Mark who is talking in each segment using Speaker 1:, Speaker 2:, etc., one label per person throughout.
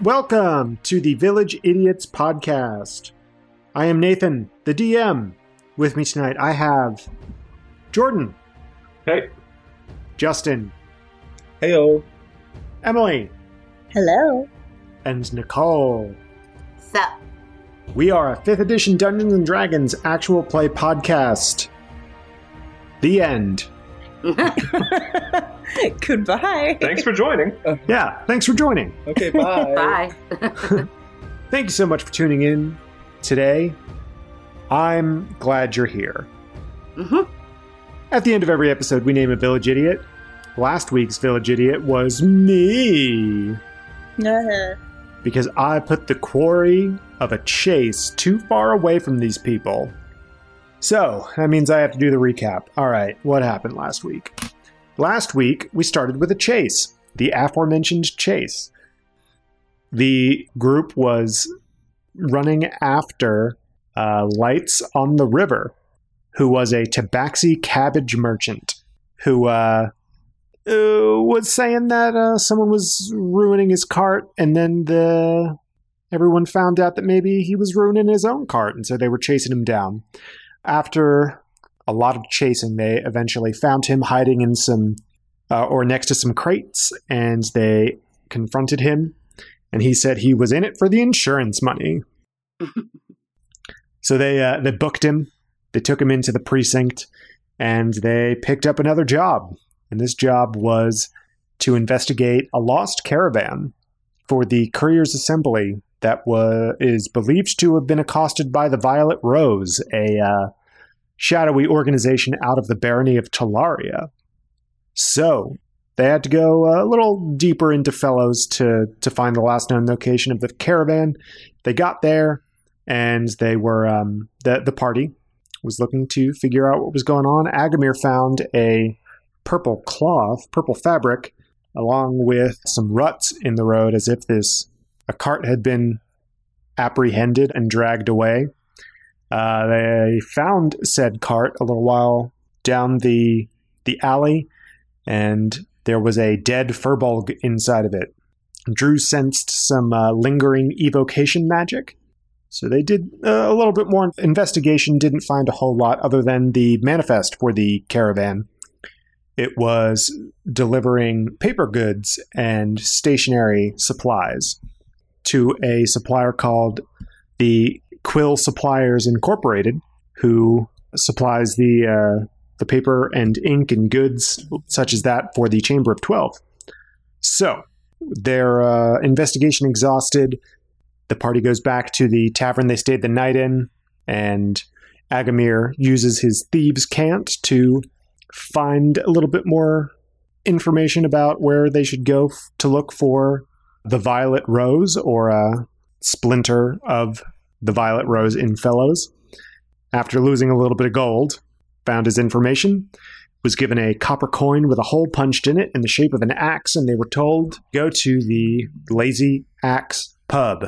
Speaker 1: Welcome to the Village Idiots podcast. I am Nathan, the DM. With me tonight, I have Jordan,
Speaker 2: Hey,
Speaker 1: Justin,
Speaker 3: Heyo.
Speaker 1: Emily,
Speaker 4: Hello.
Speaker 1: and Nicole.
Speaker 5: Sup?
Speaker 1: We are a 5th edition Dungeons and Dragons actual play podcast. The end.
Speaker 4: Goodbye.
Speaker 2: thanks for joining.
Speaker 1: Yeah, thanks for joining.
Speaker 3: Okay, bye.
Speaker 5: Bye.
Speaker 1: Thank you so much for tuning in today. I'm glad you're here.
Speaker 5: Mhm.
Speaker 1: At the end of every episode, we name a village idiot. Last week's village idiot was me because I put the quarry of a chase too far away from these people. So, that means I have to do the recap. All right, what happened last week? Last week, we started with a chase, the aforementioned chase. The group was running after uh, Lights on the River, who was a tabaxi cabbage merchant who uh, uh, was saying that uh, someone was ruining his cart, and then the everyone found out that maybe he was ruining his own cart, and so they were chasing him down. After a lot of chasing, they eventually found him hiding in some uh, or next to some crates, and they confronted him, and he said he was in it for the insurance money. so they uh, they booked him, they took him into the precinct, and they picked up another job and this job was to investigate a lost caravan for the courier's assembly that was is believed to have been accosted by the Violet Rose, a uh, shadowy organization out of the barony of Talaria. So they had to go a little deeper into Fellows to to find the last known location of the caravan. They got there, and they were um, the the party was looking to figure out what was going on. Agamir found a purple cloth, purple fabric, along with some ruts in the road as if this a cart had been apprehended and dragged away. Uh, they found said cart a little while down the the alley, and there was a dead furbolg inside of it. Drew sensed some uh, lingering evocation magic, so they did uh, a little bit more investigation. Didn't find a whole lot other than the manifest for the caravan it was delivering paper goods and stationary supplies to a supplier called the Quill Suppliers Incorporated, who supplies the uh, the paper and ink and goods such as that for the Chamber of Twelve. So, their uh, investigation exhausted, the party goes back to the tavern they stayed the night in, and Agamir uses his thieves' cant to find a little bit more information about where they should go f- to look for the violet rose or a splinter of the violet rose in fellows after losing a little bit of gold found his information was given a copper coin with a hole punched in it in the shape of an axe and they were told go to the lazy axe pub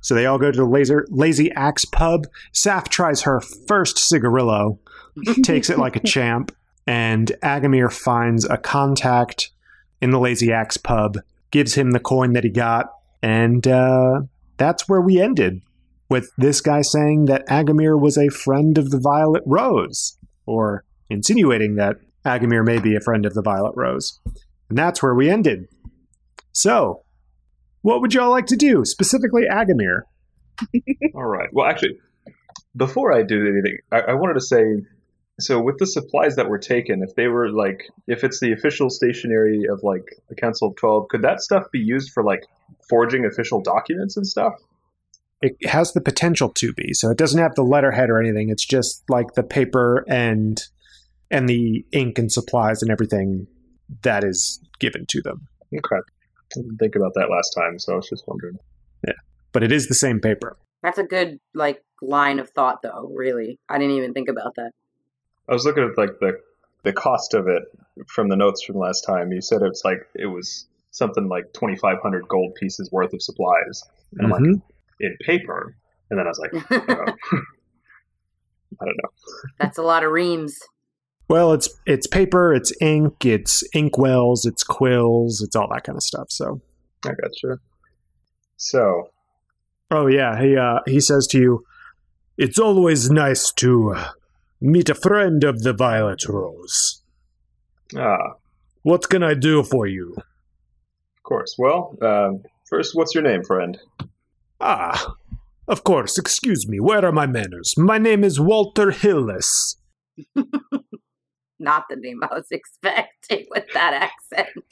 Speaker 1: so they all go to the laser, lazy axe pub saf tries her first cigarillo takes it like a champ, and Agamir finds a contact in the Lazy Axe pub, gives him the coin that he got, and uh, that's where we ended with this guy saying that Agamir was a friend of the Violet Rose, or insinuating that Agamir may be a friend of the Violet Rose. And that's where we ended. So, what would y'all like to do, specifically Agamir?
Speaker 2: All right. Well, actually, before I do anything, I, I wanted to say so with the supplies that were taken, if they were like, if it's the official stationery of like the Council of 12, could that stuff be used for like forging official documents and stuff?
Speaker 1: it has the potential to be so it doesn't have the letterhead or anything it's just like the paper and and the ink and supplies and everything that is given to them
Speaker 2: Okay. I didn't think about that last time, so I was just wondering.
Speaker 1: but it is the same paper
Speaker 5: That's a good like line of thought though, really. I didn't even think about that.
Speaker 2: I was looking at like the the cost of it from the notes from last time. You said it's like it was something like 2500 gold pieces worth of supplies And I'm like,
Speaker 1: Mhm.
Speaker 2: in paper. And then I was like, oh. I don't know.
Speaker 5: That's a lot of reams.
Speaker 1: well it's it's paper it's ink it's inkwells it's quills it's all that kind of stuff so
Speaker 2: I gotcha. So,
Speaker 1: Oh yeah, he uh, he says to you, "It's always nice to uh, meet a friend of the Violet Rose.
Speaker 2: ah,
Speaker 1: What can I do for you?"
Speaker 2: of course. Well, um, first, what's your name, friend?
Speaker 1: Ah, of course. Excuse me. Where are my manners? My name is Walter Hillis.
Speaker 5: Not the name I was expecting with that accent.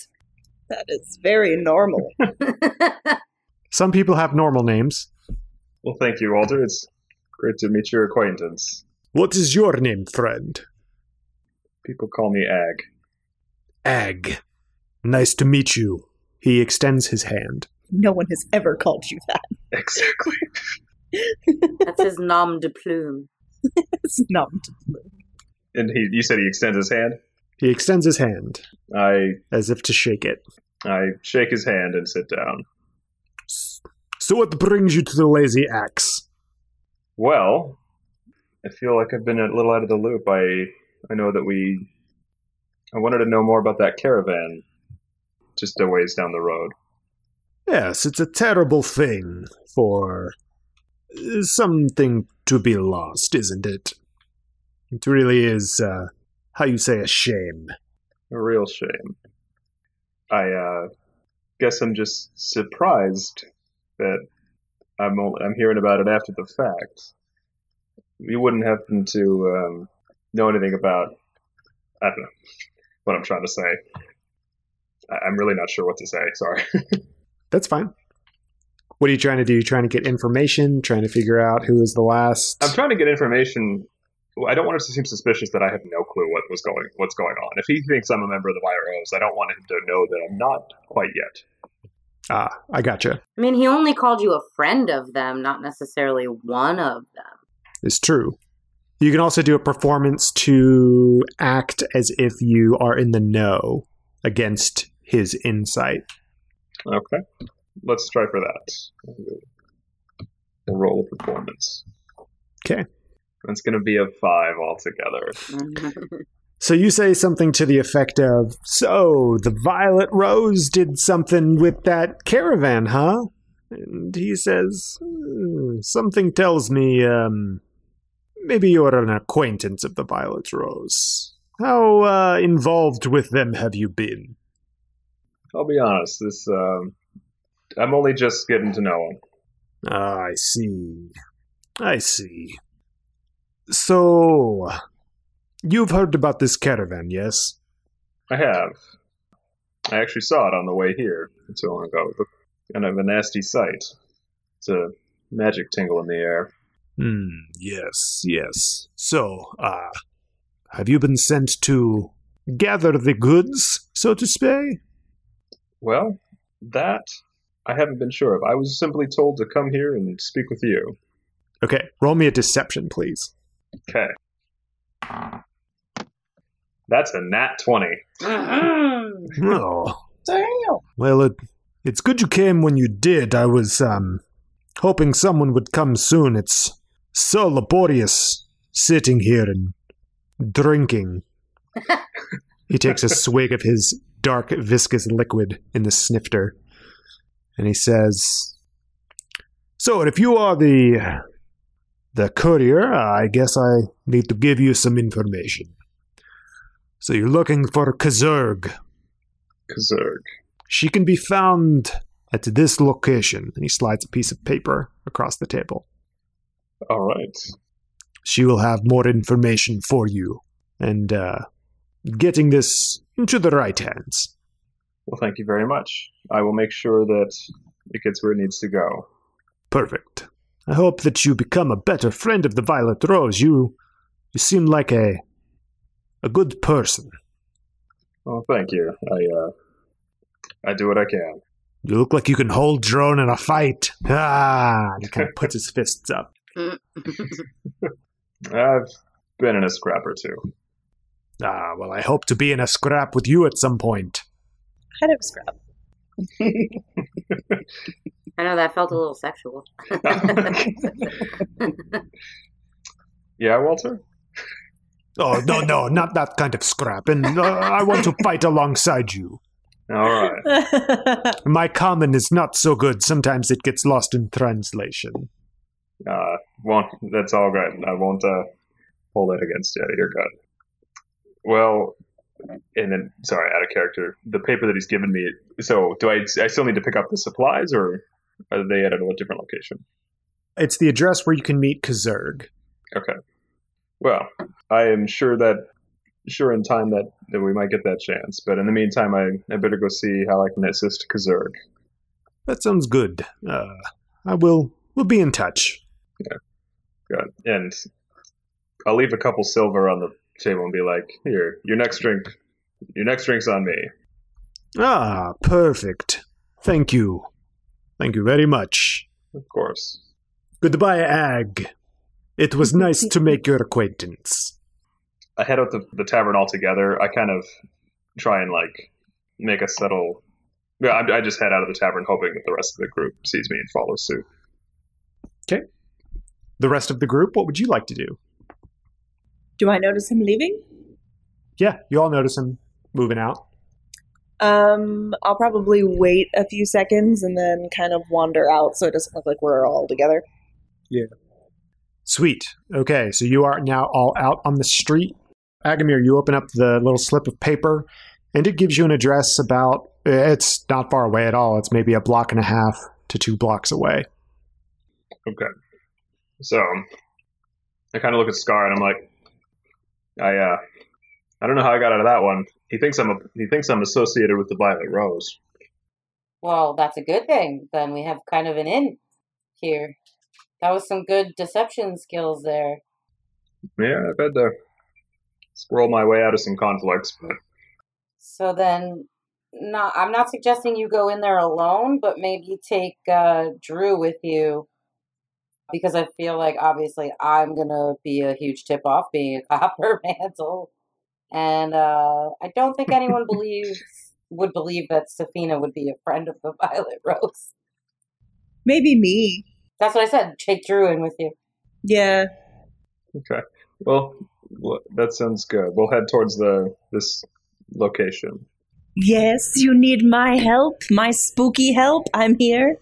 Speaker 4: That is very normal.
Speaker 1: Some people have normal names.
Speaker 2: Well, thank you, Walter. It's great to meet your acquaintance.
Speaker 1: What is your name, friend?
Speaker 2: People call me Ag.
Speaker 1: Ag. Nice to meet you. He extends his hand.
Speaker 4: No one has ever called you that.
Speaker 2: Exactly.
Speaker 5: That's his nom de plume.
Speaker 4: It's numbed.
Speaker 2: And he, you said he extends his hand.
Speaker 1: He extends his hand
Speaker 2: I,
Speaker 1: as if to shake it.
Speaker 2: I shake his hand and sit down.
Speaker 1: So what brings you to the lazy axe?
Speaker 2: Well, I feel like I've been a little out of the loop. I, I know that we, I wanted to know more about that caravan, just a ways down the road.
Speaker 1: Yes, it's a terrible thing for uh, something to be lost, isn't it? It really is, uh, how you say, a shame.
Speaker 2: A real shame. I uh, guess I'm just surprised that I'm only, I'm hearing about it after the fact. You wouldn't happen to um, know anything about I don't know what I'm trying to say. I- I'm really not sure what to say. Sorry.
Speaker 1: That's fine. What are you trying to do? You trying to get information? Trying to figure out who is the last?
Speaker 2: I'm trying to get information. I don't want it to seem suspicious that I have no clue what was going what's going on. If he thinks I'm a member of the YROs, I don't want him to know that I'm not quite yet.
Speaker 1: ah, I gotcha.
Speaker 5: I mean, he only called you a friend of them, not necessarily one of them.
Speaker 1: It's true. You can also do a performance to act as if you are in the know against his insight.
Speaker 2: Okay. Let's try for that. We'll roll a performance.
Speaker 1: 'Kay.
Speaker 2: That's going to be a five altogether.
Speaker 1: So you say something to the effect of, "So the Violet Rose did something with that caravan, huh?" And he says, "Hmm, "Something tells me, um, maybe you're an acquaintance of the Violet Rose. How uh, involved with them have you been?"
Speaker 2: I'll be honest. This um, I'm only just getting to know him.
Speaker 1: Ah, I see. I see. So you've heard about this caravan, yes?
Speaker 2: I have. I actually saw it on the way here not too long ago. It looked kind of a nasty sight. It's a magic tingle in the air.
Speaker 1: Hmm, yes, yes. So, uh, have you been sent to gather the goods, so to speak?
Speaker 2: Well, that I haven't been sure of. I was simply told to come here and speak with you.
Speaker 1: Okay, roll me a deception, please.
Speaker 2: Okay. That's a nat 20.
Speaker 5: Mm-hmm.
Speaker 1: Oh,
Speaker 4: Damn.
Speaker 1: well, it, it's good you came when you did. I was, um, hoping someone would come soon. It's so laborious sitting here and drinking. he takes a swig of his dark, viscous liquid in the snifter and he says, So, if you are the. The courier, I guess I need to give you some information. So you're looking for Kazurg,
Speaker 2: Kazurg.
Speaker 1: she can be found at this location. And he slides a piece of paper across the table.
Speaker 2: All right.
Speaker 1: She will have more information for you. And uh, getting this into the right hands.
Speaker 2: Well, thank you very much. I will make sure that it gets where it needs to go.
Speaker 1: Perfect. I hope that you become a better friend of the Violet Rose. You, you seem like a, a good person.
Speaker 2: Well, Oh, thank you. I uh, I do what I can.
Speaker 1: You look like you can hold your own in a fight. Ah! And he kind of puts his fists up.
Speaker 2: I've been in a scrap or two.
Speaker 1: Ah, well, I hope to be in a scrap with you at some point.
Speaker 4: Kind of scrap.
Speaker 5: I know that felt a little sexual.
Speaker 2: yeah, Walter.
Speaker 1: Oh no, no, not that kind of scrap. And uh, I want to fight alongside you.
Speaker 2: All right.
Speaker 1: My common is not so good. Sometimes it gets lost in translation.
Speaker 2: Uh, won't, that's all right. I won't uh, hold that against you. You're good. Well, and then, sorry, out of character. The paper that he's given me. So, do I? I still need to pick up the supplies, or are they at a different location?
Speaker 1: It's the address where you can meet Kazurg.
Speaker 2: Well, I am sure that sure in time that, that we might get that chance. But in the meantime, I, I better go see how I can assist Kazurg.
Speaker 1: That sounds good. Uh, I will. We'll be in touch.
Speaker 2: Good. And I'll leave a couple silver on the table and be like, "Here, your next drink. Your next drink's on me."
Speaker 1: Ah, perfect. Thank you. Thank you very much.
Speaker 2: Of course.
Speaker 1: Goodbye, Ag. It was nice to make your acquaintance.
Speaker 2: I head out the, the tavern altogether. I kind of try and like make a subtle. Yeah, I, I just head out of the tavern, hoping that the rest of the group sees me and follows suit.
Speaker 1: The rest of the group, what would you like to do?
Speaker 4: Do I notice him leaving?
Speaker 1: Yeah, you all notice him moving out.
Speaker 4: Um, I'll probably wait a few seconds and then kind of wander out so it doesn't look like we're all together.
Speaker 1: Sweet. Okay, so you are now all out on the street. Agamir, you open up the little slip of paper, and it gives you an address about. It's not far away at all. It's maybe a block and a half to two blocks away.
Speaker 2: So I kind of look at Scar and I'm like, I uh, I don't know how I got out of that one. He thinks I'm a, he thinks I'm associated with the Violet Rose.
Speaker 5: Well, that's a good thing. Then we have kind of an in here. That was some good deception skills there.
Speaker 2: Yeah, I've had to squirrel my way out of some conflicts, but
Speaker 5: So then, not I'm not suggesting you go in there alone, but maybe take uh, Drew with you because I feel like obviously I'm gonna be a huge tip off being a copper mantle, and uh, I don't think anyone believes would believe that Safina would be a friend of the Violet Rose.
Speaker 4: Maybe me.
Speaker 5: That's what I said. Take Drew in with you.
Speaker 4: Yeah.
Speaker 2: well, wh- that sounds good. We'll head towards the this location.
Speaker 4: Yes, you need my help, my spooky help. I'm here.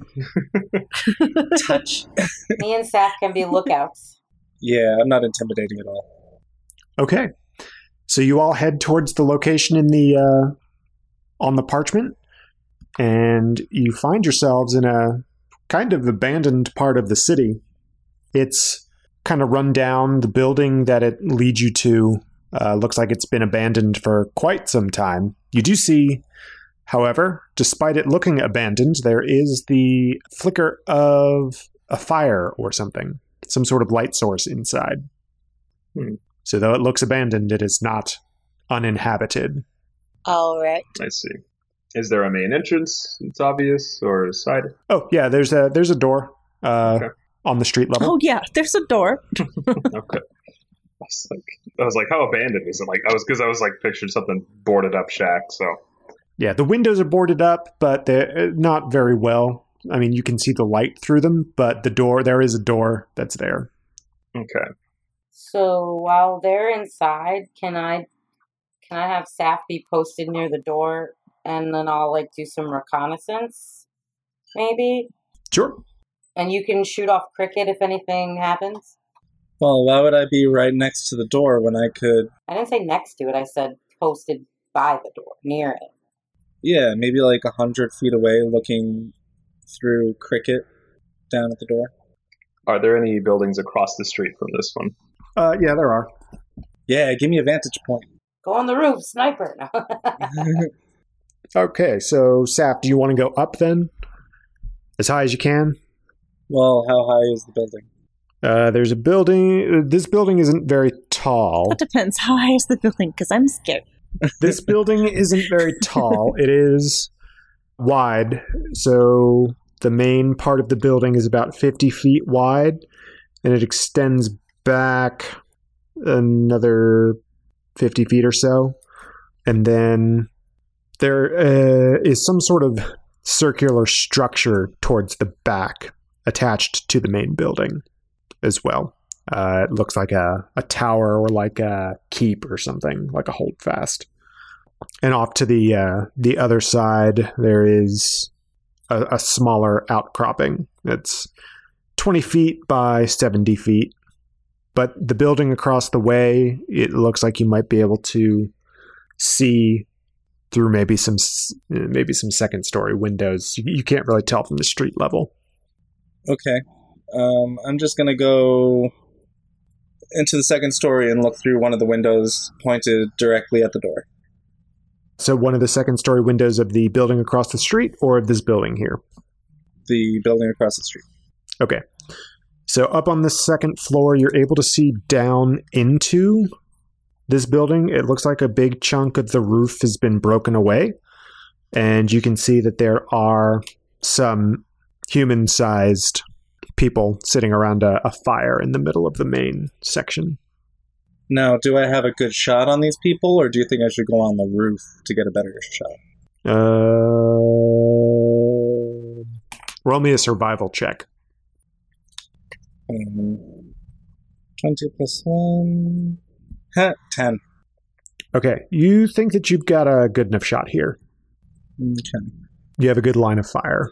Speaker 3: Touch.
Speaker 5: Me and Saf can be lookouts.
Speaker 3: Yeah, I'm not intimidating at all.
Speaker 1: Okay. So you all head towards the location in the uh, on the parchment, and you find yourselves in a kind of abandoned part of the city. It's kind of run down. The building that it leads you to uh, looks like it's been abandoned for quite some time. You do see, however, despite it looking abandoned, there is the flicker of a fire or something, some sort of light source inside. So though it looks abandoned, it is not uninhabited.
Speaker 4: All right.
Speaker 2: I see. Is there a main entrance? It's obvious, or a side?
Speaker 1: Oh yeah, there's a there's a door uh,
Speaker 2: Okay.
Speaker 1: on the street level.
Speaker 4: Oh yeah, there's a door.
Speaker 2: Okay. I was like, I was like, how abandoned is it? Like, I was because I was like pictured something boarded up shack. So
Speaker 1: Yeah, the windows are boarded up, but they're uh, not very well. I mean, you can see the light through them, but the door there is a door that's there.
Speaker 2: okay,
Speaker 5: So while they're inside, can I can I have Saf be posted near the door and then I'll like do some reconnaissance maybe?
Speaker 1: Sure.
Speaker 5: And you can shoot off cricket if anything happens.
Speaker 3: Well, why would I be right next to the door when I could?
Speaker 5: I didn't say next to it, I said posted by the door, near it.
Speaker 3: Yeah, maybe like a hundred feet away, looking through cricket down at the door.
Speaker 2: are there any buildings across the street from this one?
Speaker 1: Uh, yeah, there are.
Speaker 3: Yeah, give me a vantage point.
Speaker 5: Go on the roof, sniper.
Speaker 1: Okay, so Sap, do you want to go up then, as high as you can?
Speaker 3: well, how high is the building?
Speaker 1: Uh, there's a building. uh, This building isn't very tall.
Speaker 4: That depends. How high is the building? Because I'm scared.
Speaker 1: this building isn't very tall. It is wide. So the main part of the building is about 50 feet wide, and it extends back another 50 feet or so. And then there uh, is some sort of circular structure towards the back attached to the main building as well. Uh, it looks like a, a tower or like a keep or something, like a holdfast. And off to the uh, the other side, there is a, a smaller outcropping. It's twenty feet by seventy feet, but the building across the way, it looks like you might be able to see through maybe some s- maybe some second story windows. You, you can't really tell from the street level.
Speaker 3: Okay. Um, I'm just gonna go into the second story and look through one of the windows pointed directly at the door.
Speaker 1: So one of the second story windows of the building across the street or of this building here.
Speaker 3: The building across the street.
Speaker 1: So up on the second floor, you're able to see down into this building. It looks like a big chunk of the roof has been broken away, and you can see that there are some human-sized people sitting around a, a fire in the middle of the main section.
Speaker 3: Now, do I have a good shot on these people, or do you think I should go on the roof to get a better shot?
Speaker 1: Uh, roll me a survival check.
Speaker 3: Um, Twenty plus one. Heh, Ten.
Speaker 1: Okay, you think that you've got a good enough shot here.
Speaker 3: Okay.
Speaker 1: You have a good line of fire.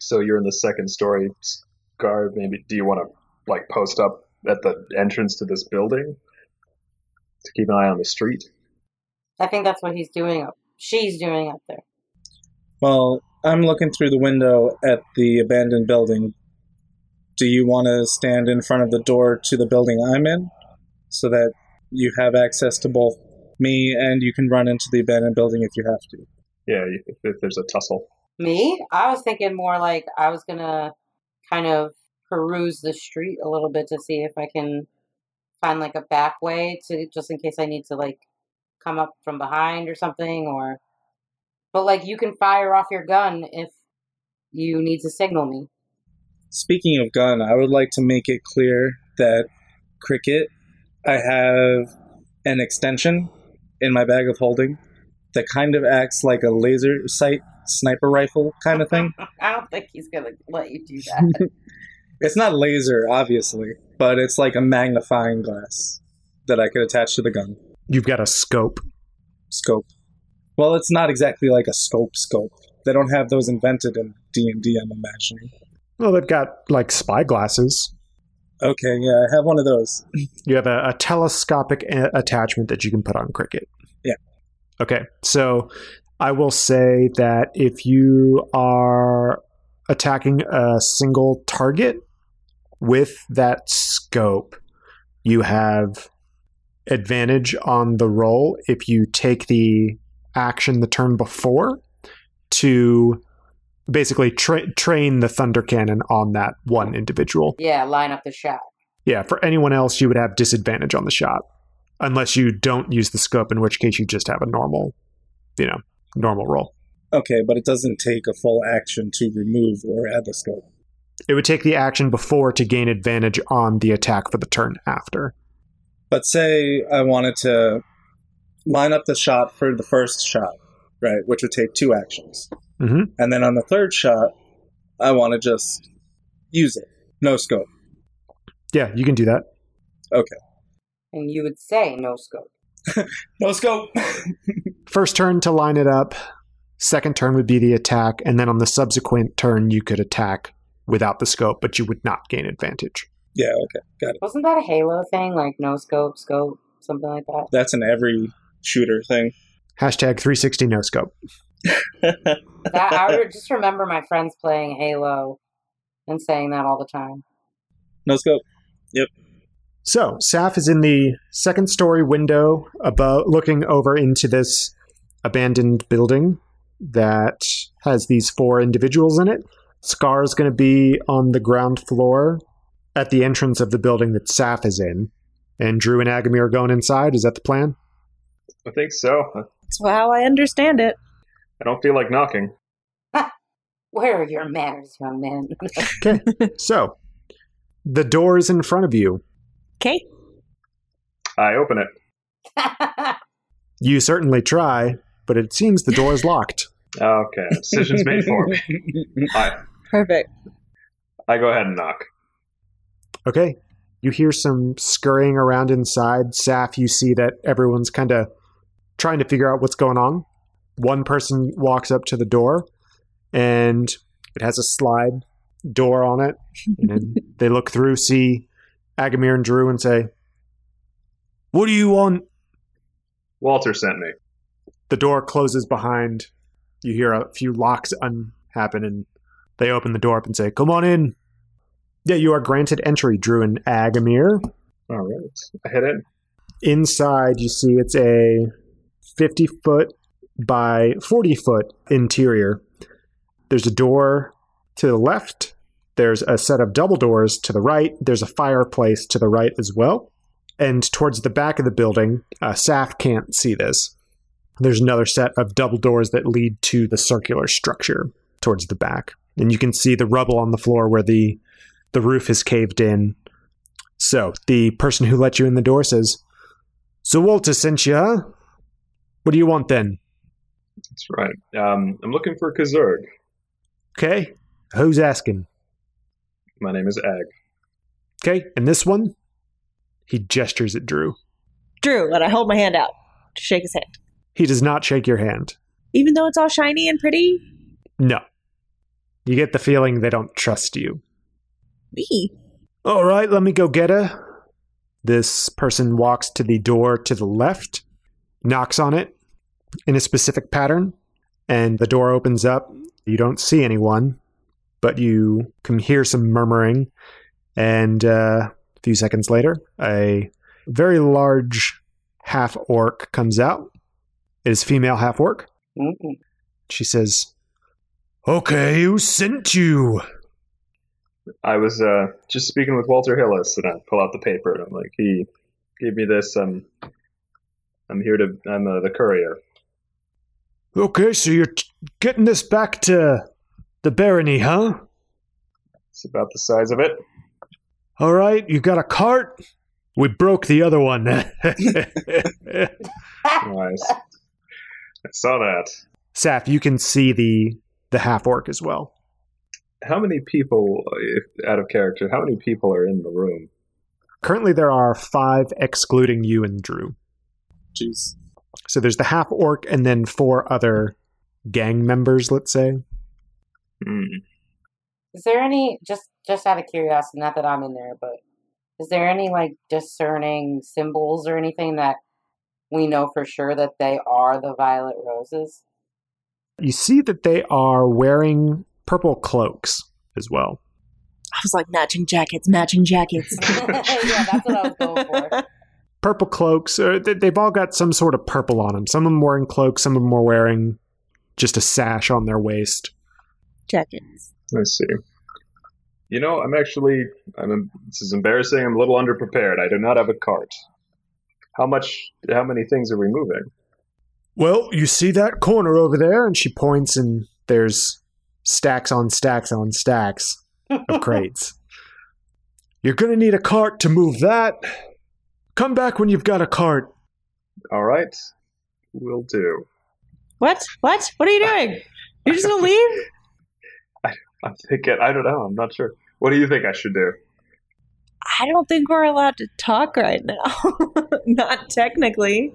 Speaker 2: So you're in the second story, Scar. Maybe do you want to like post up at the entrance to this building to keep an eye on the street?
Speaker 5: I think that's what he's doing. Up, she's doing up there.
Speaker 3: Well, I'm looking through the window at the abandoned building. Do you want to stand in front of the door to the building I'm in so that you have access to both me and you can run into the abandoned building if you have to?
Speaker 2: Yeah, if, if there's a tussle.
Speaker 5: Me? I was thinking more like I was gonna kind of peruse the street a little bit to see if I can find like a back way to just in case I need to like come up from behind or something or but like you can fire off your gun if you need to signal me.
Speaker 3: Speaking of gun, I would like to make it clear that Cricket, I have an extension in my bag of holding that kind of acts like a laser sight sniper rifle kind of thing.
Speaker 5: I don't think he's gonna let you do that.
Speaker 3: It's not laser, obviously, but it's like a magnifying glass that I could attach to the gun.
Speaker 1: You've got a scope.
Speaker 3: Scope. Well, it's not exactly like a scope scope. They don't have those invented in D&D, I'm imagining.
Speaker 1: Well, they've got like spy glasses.
Speaker 3: Okay, yeah, I have one of those.
Speaker 1: You have a, a telescopic a- attachment that you can put on Cricket.
Speaker 3: Yeah.
Speaker 1: Okay. So I will say that if you are attacking a single target with that scope, you have advantage on the roll if you take the action the turn before to basically tra- train the thunder cannon on that one individual.
Speaker 5: yeah, line up the shot.
Speaker 1: Yeah, for anyone else, you would have disadvantage on the shot, unless you don't use the scope, in which case you just have a normal, you know, normal roll.
Speaker 3: Okay, but it doesn't take a full action to remove or add the scope.
Speaker 1: It would take the action before to gain advantage on the attack for the turn after.
Speaker 3: But say I wanted to line up the shot for the first shot, right, which would take two actions.
Speaker 2: Mm-hmm.
Speaker 1: Mhm.
Speaker 3: And then on the third shot, I want to just use it. No scope.
Speaker 1: Yeah, you can do that.
Speaker 5: And you would say no scope.
Speaker 3: No scope.
Speaker 1: First turn to line it up. Second turn would be the attack, and then on the subsequent turn, you could attack without the scope, but you would not gain advantage.
Speaker 3: yeah, okay, got it.
Speaker 5: Wasn't that a Halo thing? Like no scope, scope, something like that?
Speaker 3: That's an every shooter thing.
Speaker 1: Hashtag 360 no scope.
Speaker 5: that I re- just remember my friends playing Halo and saying that all the time.
Speaker 3: No scope.
Speaker 1: So Saf is in the second story window above looking over into this abandoned building that has these four individuals in it. Scar is going to be on the ground floor at the entrance of the building that Saf is in. And Drew and Agami are going inside. Is that the plan?
Speaker 2: I think so.
Speaker 4: That's how I understand it.
Speaker 2: I don't feel like knocking.
Speaker 5: Where are your manners, young man?
Speaker 1: so the door is in front of you.
Speaker 4: Okay.
Speaker 2: I open it.
Speaker 1: You certainly try, but it seems the door is locked.
Speaker 2: Okay, decision's made for me. I
Speaker 4: Perfect.
Speaker 2: I go ahead and knock.
Speaker 1: Okay. You hear some scurrying around inside. Saf, you see that everyone's kind of trying to figure out what's going on. One person walks up to the door and it has a slide door on it. And then they look through, see Agamir and Drew, and say, What do you want?
Speaker 2: Walter sent me.
Speaker 1: The door closes behind. You hear a few locks unhappen, and they open the door up and say, Come on in. Yeah, you are granted entry, Drew and Agamir.
Speaker 2: All right. I head in.
Speaker 1: Inside, you see it's a 50 foot by 40 foot interior. There's a door to the left, there's a set of double doors to the right, there's a fireplace to the right as well. And towards the back of the building, uh, Saf can't see this. There's another set of double doors that lead to the circular structure towards the back. And you can see the rubble on the floor where the, the roof is caved in. So the person who let you in the door says, So Walter sent you, huh? What do you want then?
Speaker 2: That's right. Um, I'm looking for Kazurg.
Speaker 1: Okay. Who's asking?
Speaker 2: My name is Ag.
Speaker 1: Okay. And this one, he gestures at Drew.
Speaker 4: Drew, and I hold my hand out to shake his hand.
Speaker 1: He does not shake your hand.
Speaker 4: Even though it's all shiny and pretty,
Speaker 1: No. You get the feeling they don't trust you.
Speaker 4: me.
Speaker 1: All right, let me go get her. This person walks to the door to the left, knocks on it in a specific pattern, and the door opens up. You don't see anyone, but you can hear some murmuring. And uh, a few seconds later, a very large half orc comes out. It is female half orc.
Speaker 5: Mhm.
Speaker 1: She says, Okay, who sent you?
Speaker 2: I was uh, just speaking with Walter Hillis, and I pull out the paper, and I'm like, he gave me this. Um, I'm here to. I'm uh, the courier.
Speaker 1: Okay, so you're t- getting this back to the barony, huh?
Speaker 2: It's about the size of it.
Speaker 1: All right, you got a cart? We broke the other one.
Speaker 2: Nice. I saw that.
Speaker 1: Saf, you can see the the half orc as well.
Speaker 2: How many people, if, out of character, how many people are in the room?
Speaker 1: Currently, there are five, excluding you and Drew.
Speaker 3: Jeez.
Speaker 1: So there's the half orc and then four other gang members, let's say.
Speaker 2: Hmm.
Speaker 5: Is there any just just out of curiosity, not that I'm in there, but is there any like discerning symbols or anything that we know for sure that they are the violet roses?
Speaker 1: You see that they are wearing purple cloaks as well.
Speaker 4: I was like, matching jackets, matching jackets.
Speaker 5: Yeah, that's what I was going for.
Speaker 1: purple cloaks. Or they, they've all got some sort of purple on them. Some of them wearing cloaks. Some of them are wearing just a sash on their waist.
Speaker 4: Jackets.
Speaker 2: I see. You know, I'm actually. I'm. This is embarrassing. I'm a little underprepared. I do not have a cart. How much? How many things are we moving?
Speaker 1: Well, you see that corner over there, and she points, and there's stacks on stacks on stacks of crates. You're gonna need a cart to move that. Come back when you've got a cart.
Speaker 2: All right, will do.
Speaker 4: What? What? What are you doing? You're just gonna leave?
Speaker 2: I'm thinking. I don't know. I'm not sure. What do you think I should do?
Speaker 4: I don't think we're allowed to talk right now. Not technically.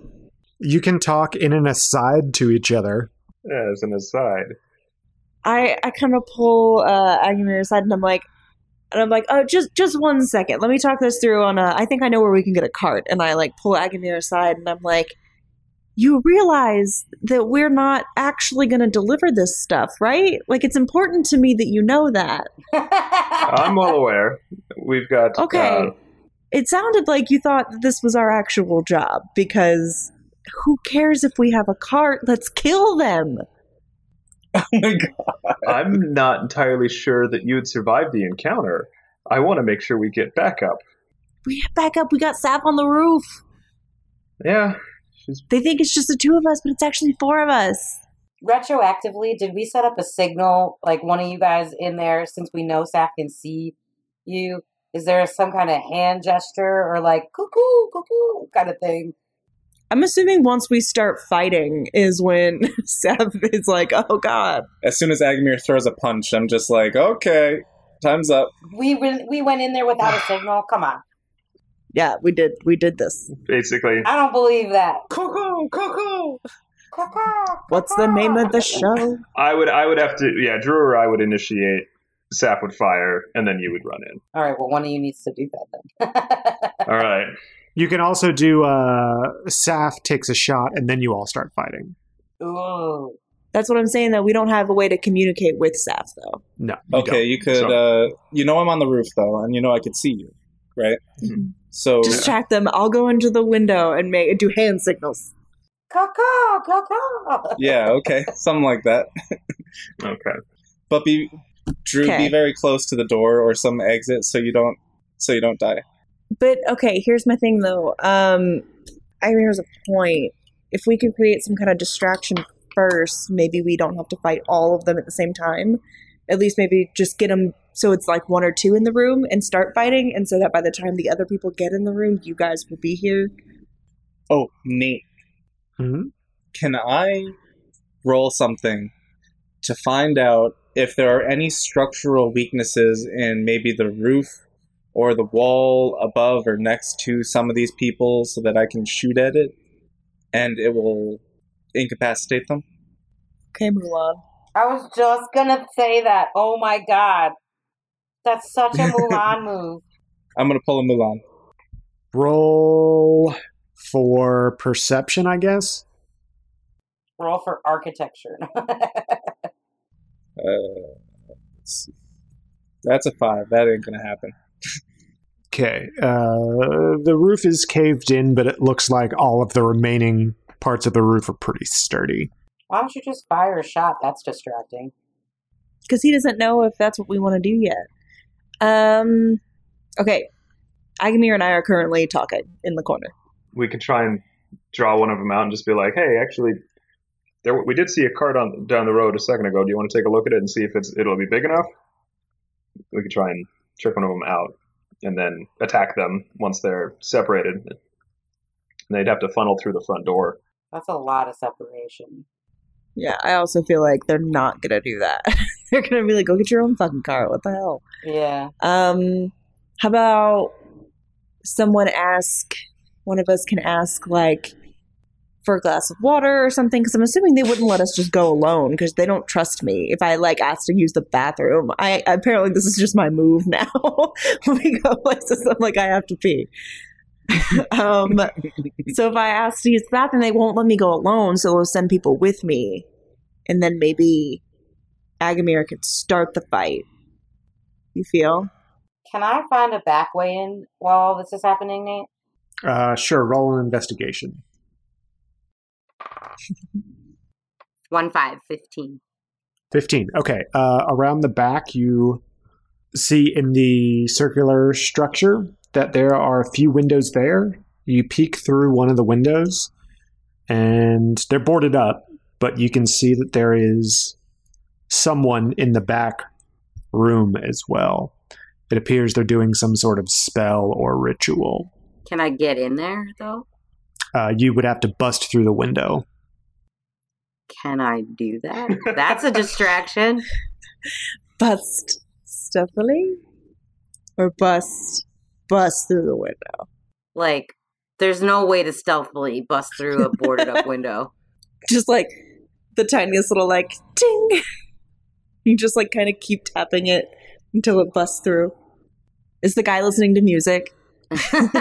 Speaker 1: You can talk in an aside to each other.
Speaker 2: As an aside,
Speaker 4: I I kind of pull uh, Agamir aside and I'm like, and I'm like, oh, just just one second. Let me talk this through. On a, I think I know where we can get a cart. And I like pull Agamir aside and I'm like, you realize that we're not actually going to deliver this stuff, right? Like it's important to me that you know that.
Speaker 2: I'm well aware. We've got
Speaker 4: Okay.
Speaker 2: uh,
Speaker 4: It sounded like you thought that this was our actual job because who cares if we have a cart? Let's kill them.
Speaker 3: Oh my god.
Speaker 2: I'm not entirely sure that you would survive the encounter. I want to make sure we get back up.
Speaker 4: We have backup. We got Sap on the roof.
Speaker 2: Yeah, she's
Speaker 4: They think it's just the two of us, but it's actually four of us.
Speaker 5: Retroactively, did we set up a signal like one of you guys in there since we know Saf can see you? Is there some kind of hand gesture or like cuckoo, cuckoo kind of thing?
Speaker 4: I'm assuming once we start fighting is when Seth is like, oh god.
Speaker 3: As soon as Agamir throws a punch, I'm just like, okay, time's up.
Speaker 5: We went, we went in there without a signal. Come on.
Speaker 4: yeah, we did we did this.
Speaker 2: basically.
Speaker 5: I don't believe that.
Speaker 4: Coco, Coco.
Speaker 5: Caw-caw,
Speaker 4: What's the name of the
Speaker 5: caw-caw.
Speaker 4: show?
Speaker 2: I would I would have to yeah, Drew or I would initiate, Sap would fire, and then you would run in.
Speaker 5: All right, well, one of you needs to do that then.
Speaker 2: All right.
Speaker 1: You can also do uh Saf takes a shot and then you all start fighting.
Speaker 5: Ooh.
Speaker 4: That's what I'm saying. That we don't have a way to communicate with Saf though.
Speaker 1: No. you
Speaker 3: Okay, you could.
Speaker 2: So-
Speaker 3: Uh, you know I'm on the roof though, and you know I could see you, right?
Speaker 2: Mhm.
Speaker 3: So
Speaker 4: Distract them. I'll go into the window and make do hand signals.
Speaker 5: Caw-caw, caw-caw.
Speaker 3: yeah, okay, something like that.
Speaker 2: Okay.
Speaker 3: But be Drew,
Speaker 4: Okay.
Speaker 3: be very close to the door or some exit so you don't so you don't die.
Speaker 4: But okay, here's my thing though. Um, I mean, here's a point. If we could create some kind of distraction first, maybe we don't have to fight all of them at the same time. At least maybe just get them so it's like one or two in the room and start fighting, and so that by the time the other people get in the room, you guys will be here.
Speaker 3: Oh, Nate,
Speaker 1: go. Mhm.
Speaker 3: can I roll something to find out if there are any structural weaknesses in maybe the roof or the wall above or next to some of these people so that I can shoot at it and it will incapacitate them?
Speaker 4: Okay, Mulan.
Speaker 5: I was just gonna say that. Oh my god, that's such a Mulan move.
Speaker 3: I'm gonna pull a Mulan.
Speaker 1: Roll for perception, I guess.
Speaker 5: Roll for architecture.
Speaker 3: Uh, let's see. That's a five. That ain't gonna happen.
Speaker 1: Okay. Uh the roof is caved in, but it looks like all of the remaining parts of the roof are pretty sturdy.
Speaker 5: Why don't you just fire a shot? That's distracting.
Speaker 4: because he doesn't know if that's what we want to do yet. Um, okay, Agamir and I are currently talking in the corner.
Speaker 2: We could try and draw one of them out and just be like, "Hey, actually, there we did see a cart on down the road a second ago. Do you want to take a look at it and see if it's it'll be big enough?" We could try and trick one of them out and then attack them once they're separated. And they'd have to funnel through the front door.
Speaker 5: That's a lot of separation.
Speaker 4: Yeah, I also feel like they're not gonna do that. they're gonna be like, "Go get your own fucking car." What the hell?
Speaker 5: Yeah.
Speaker 4: Um, how about someone ask? One of us can ask like for a glass of water or something because I'm assuming they wouldn't let us just go alone because they don't trust me. If I like ask to use the bathroom, I apparently this is just my move now. when we go places, I'm like I have to pee. um, so if I ask to use the bathroom, they won't let me go alone. So they'll send people with me, and then maybe Agamir could start the fight. You feel?
Speaker 5: Can I find a back way in while all this is happening, Nate?
Speaker 1: Uh sure, roll an investigation.
Speaker 5: One five fifteen.
Speaker 1: 15. Okay. Uh, around the back, you see in the circular structure that there are a few windows there. You peek through one of the windows, and they're boarded up, but you can see that there is someone in the back room as well. It appears they're doing some sort of spell or ritual.
Speaker 5: Can I get in there though?
Speaker 1: Uh, you would have to bust through the window.
Speaker 5: Can I do that? That's a distraction.
Speaker 4: bust stealthily or bust bust through the window.
Speaker 5: Like, there's no way to stealthily bust through a boarded up window.
Speaker 4: Just like the tiniest little like ding. You just like kind of keep tapping it until it busts through. Is the guy listening to music? Does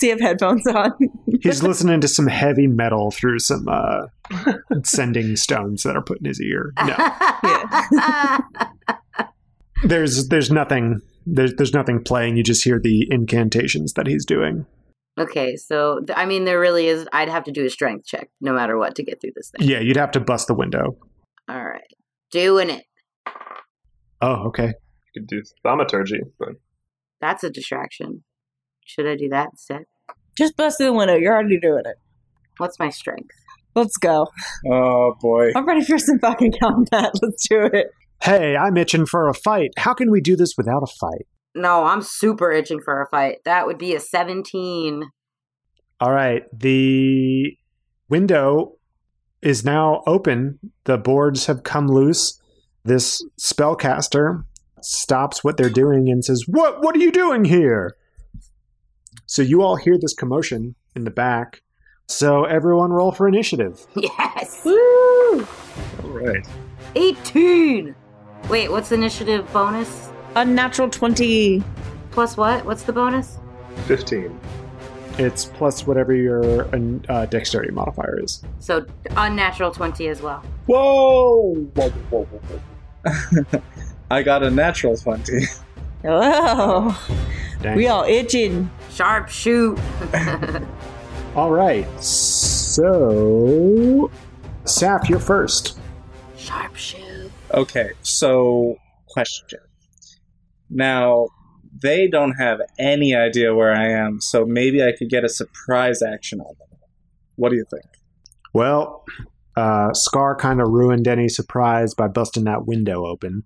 Speaker 4: he have headphones on?
Speaker 1: He's listening to some heavy metal through some uh, sending stones that are put in his ear. No. there's there's nothing there's there's nothing playing. You just hear the incantations that he's doing.
Speaker 5: Okay, so th- I mean, there really is. I'd have to do a strength check no matter what to get through this thing.
Speaker 1: Yeah, you'd have to bust the window.
Speaker 5: All right, doing it.
Speaker 1: Oh, okay.
Speaker 2: You could do thaumaturgy, but
Speaker 5: That's a distraction. Should I do that instead?
Speaker 4: Just bust through the window. You're already doing it.
Speaker 5: What's my strength?
Speaker 4: Let's go.
Speaker 3: Oh boy.
Speaker 4: I'm ready for some fucking combat. Let's do it.
Speaker 1: Hey, I'm itching for a fight. How can we do this without a fight?
Speaker 5: No, I'm super itching for a fight. That would be a 17.
Speaker 1: All right. The window is now open. The boards have come loose. This spellcaster stops what they're doing and says, "What? What are you doing here?" So you all hear this commotion in the back. So everyone roll for initiative.
Speaker 5: Yes.
Speaker 4: Woo!
Speaker 2: All right.
Speaker 5: 18. Wait, what's the initiative bonus?
Speaker 4: Unnatural 20.
Speaker 5: Plus what? What's the bonus?
Speaker 2: 15.
Speaker 1: It's plus whatever your uh, dexterity modifier is.
Speaker 5: So unnatural 20 as well.
Speaker 3: Whoa! Whoa, whoa, whoa, whoa. I got a natural 20.
Speaker 4: Oh,
Speaker 1: Dang.
Speaker 4: we all itching.
Speaker 5: Sharp shoot.
Speaker 1: all right. So, Saf, you're first.
Speaker 5: Sharp shoot.
Speaker 3: Okay, so question. Now, they don't have any idea where I am, so maybe I could get a surprise action on them. What do you think?
Speaker 1: Well, uh, Scar kind of ruined any surprise by busting that window open.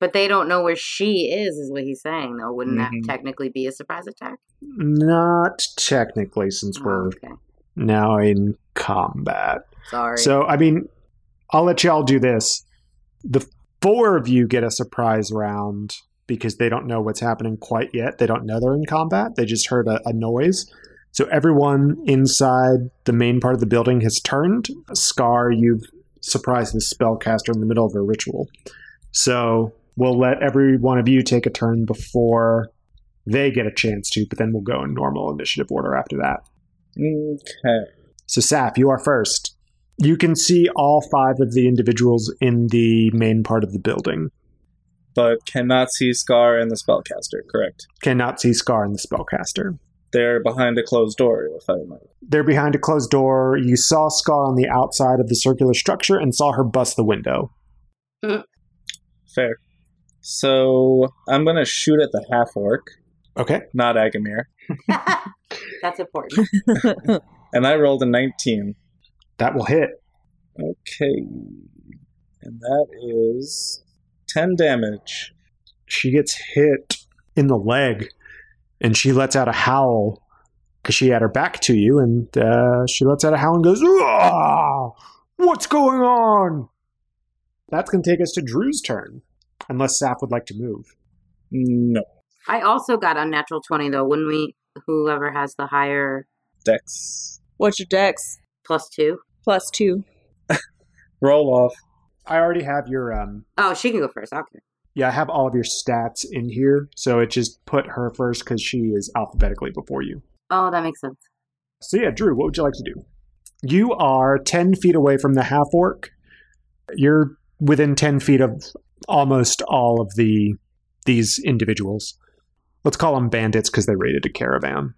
Speaker 5: But they don't know where she is, is what he's saying, though. Wouldn't
Speaker 3: Mhm.
Speaker 5: that technically be a surprise attack?
Speaker 1: Not technically, since
Speaker 5: Oh,
Speaker 1: we're
Speaker 5: okay.
Speaker 1: now in combat.
Speaker 5: Sorry.
Speaker 1: So, I mean, I'll let y'all do this. The four of you get a surprise round because they don't know what's happening quite yet. They don't know they're in combat. They just heard a, a noise. So, everyone inside the main part of the building has turned. Scar, you've surprised the spellcaster in the middle of a ritual. So, we'll let every one of you take a turn before they get a chance to, but then we'll go in normal initiative order after that.
Speaker 3: Okay.
Speaker 1: So, Saf, you are first. You can see all five of the individuals in the main part of the building.
Speaker 3: But cannot see Scar and the Spellcaster, correct?
Speaker 1: Cannot see Scar and the Spellcaster.
Speaker 3: They're behind a closed door, if I remember.
Speaker 1: They're behind a closed door. You saw Scar on the outside of the circular structure and saw her bust the window.
Speaker 3: Fair. So I'm going to shoot at the half orc,
Speaker 1: Okay.
Speaker 3: not Agamir.
Speaker 5: That's important.
Speaker 3: And I rolled a 19.
Speaker 1: That will hit.
Speaker 3: Okay. And that is 10 damage.
Speaker 1: She gets hit in the leg and she lets out a howl because she had her back to you and uh, she lets out a howl and goes, "Rawr! What's going on? That's going to take us to Drew's turn, unless Saf would like to move.
Speaker 3: No.
Speaker 5: I also got unnatural 20, though. Wouldn't we? Whoever has the higher
Speaker 3: Dex.
Speaker 4: What's your dex?
Speaker 5: plus two.
Speaker 4: Plus two.
Speaker 3: Roll off.
Speaker 1: I already have your um
Speaker 5: Oh, she can go first. Okay.
Speaker 1: yeah, I have all of your stats in here, so it just put her first because she is alphabetically before you.
Speaker 5: Oh, that makes sense.
Speaker 1: So yeah, Drew, what would you like to do? You are ten feet away from the half orc. You're within ten feet of almost all of the these individuals. Let's call them bandits because they raided a caravan.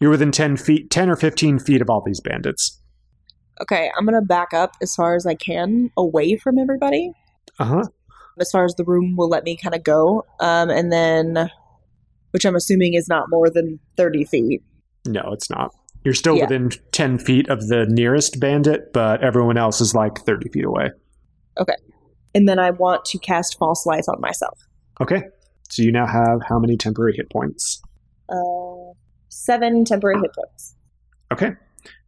Speaker 1: You're within ten feet, ten or fifteen feet of all these bandits.
Speaker 4: Okay, I'm gonna back up as far as I can away from everybody,
Speaker 1: Uh huh.
Speaker 4: as far as the room will let me kind of go. Um, and then, which I'm assuming is not more than 30 feet.
Speaker 1: No, it's not. You're still
Speaker 4: Yeah.
Speaker 1: within ten feet of the nearest bandit, but everyone else is like thirty feet away.
Speaker 4: And then I want to cast False Lights on myself.
Speaker 1: Okay. So you now have how many temporary hit points?
Speaker 4: Uh, seven temporary hit points.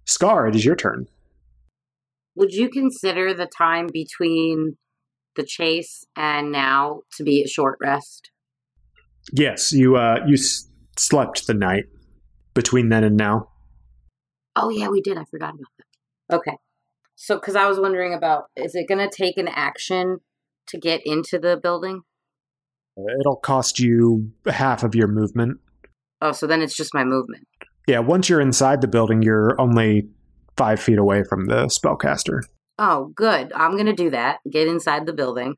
Speaker 1: Scar, it is your turn.
Speaker 5: Would you consider the time between the chase and now to be a short rest?
Speaker 1: Yes, you uh, you s- slept the night between then and now.
Speaker 5: Oh, yeah, we did. I forgot about that. Okay. So, because I was wondering about is it going to take an action to get into the building?
Speaker 1: It'll cost you half of your movement.
Speaker 5: Oh, so then it's just my movement.
Speaker 1: Yeah, once you're inside the building, you're only five feet away from the spellcaster.
Speaker 5: Oh, good. I'm going to do that. Get inside the building.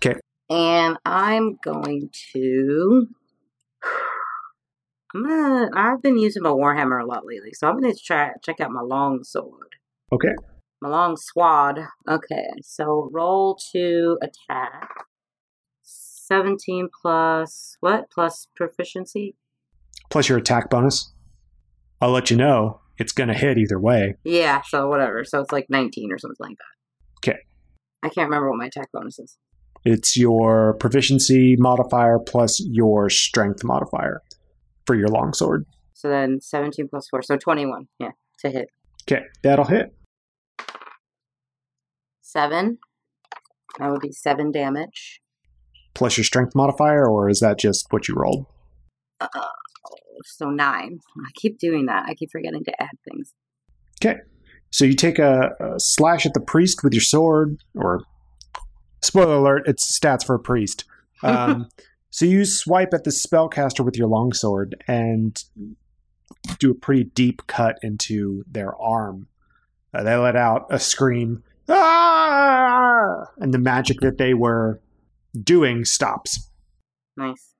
Speaker 1: 'Kay.
Speaker 5: And I'm going to. I'm gonna. I've been using my warhammer a lot lately, so I'm gonna try check out my long sword.
Speaker 1: Okay.
Speaker 5: My long swad. Okay. So roll to attack. Seventeen plus what? Plus proficiency.
Speaker 1: Plus your attack bonus. I'll let you know it's gonna hit either way.
Speaker 5: Yeah. So whatever. So it's like nineteen or something like that.
Speaker 1: 'Kay.
Speaker 5: I can't remember what my attack bonus is.
Speaker 1: It's your proficiency modifier plus your strength modifier for your longsword.
Speaker 5: So then 17 plus 4, so 21. Yeah, to hit.
Speaker 1: Okay, that'll hit.
Speaker 5: 7. That would be 7 damage.
Speaker 1: Plus your strength modifier, or is that just what you rolled?
Speaker 5: Uh, so nine. I keep doing that. I keep forgetting to add things.
Speaker 1: So you take a, a slash at the priest with your sword, or spoiler alert, it's stats for a priest. Um, so you swipe at the spellcaster with your longsword and do a pretty deep cut into their arm. Uh, they let out a scream, ah! and the magic that they were doing stops.
Speaker 5: Nice.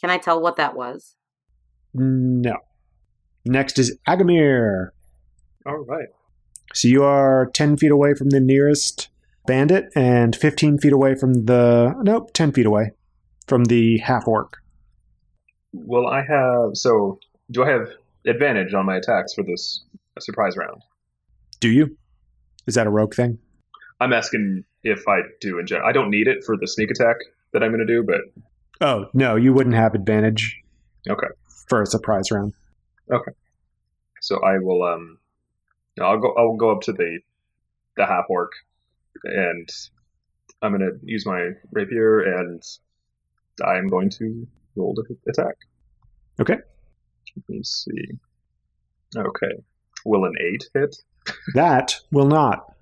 Speaker 5: Can I tell what that was?
Speaker 1: No. Next is Agamir.
Speaker 2: All right.
Speaker 1: So you are 10 feet away from the nearest bandit and 15 feet away from the. Nope, 10 feet away from the half orc.
Speaker 2: Well, I have. So, do I have advantage on my attacks for this surprise round?
Speaker 1: Do you? Is that a rogue thing?
Speaker 2: I'm asking if I do in general. I don't need it for the sneak attack that I'm going to do, but
Speaker 1: Oh, no, you wouldn't have advantage.
Speaker 2: Okay.
Speaker 1: For a surprise round.
Speaker 2: so I will. Um, no, I'll go. I'll go up to the the half orc, and I'm going to use my rapier, and I'm going to roll to hit- attack.
Speaker 1: Okay.
Speaker 2: Let me see. Okay. Will an eight hit?
Speaker 1: That will not.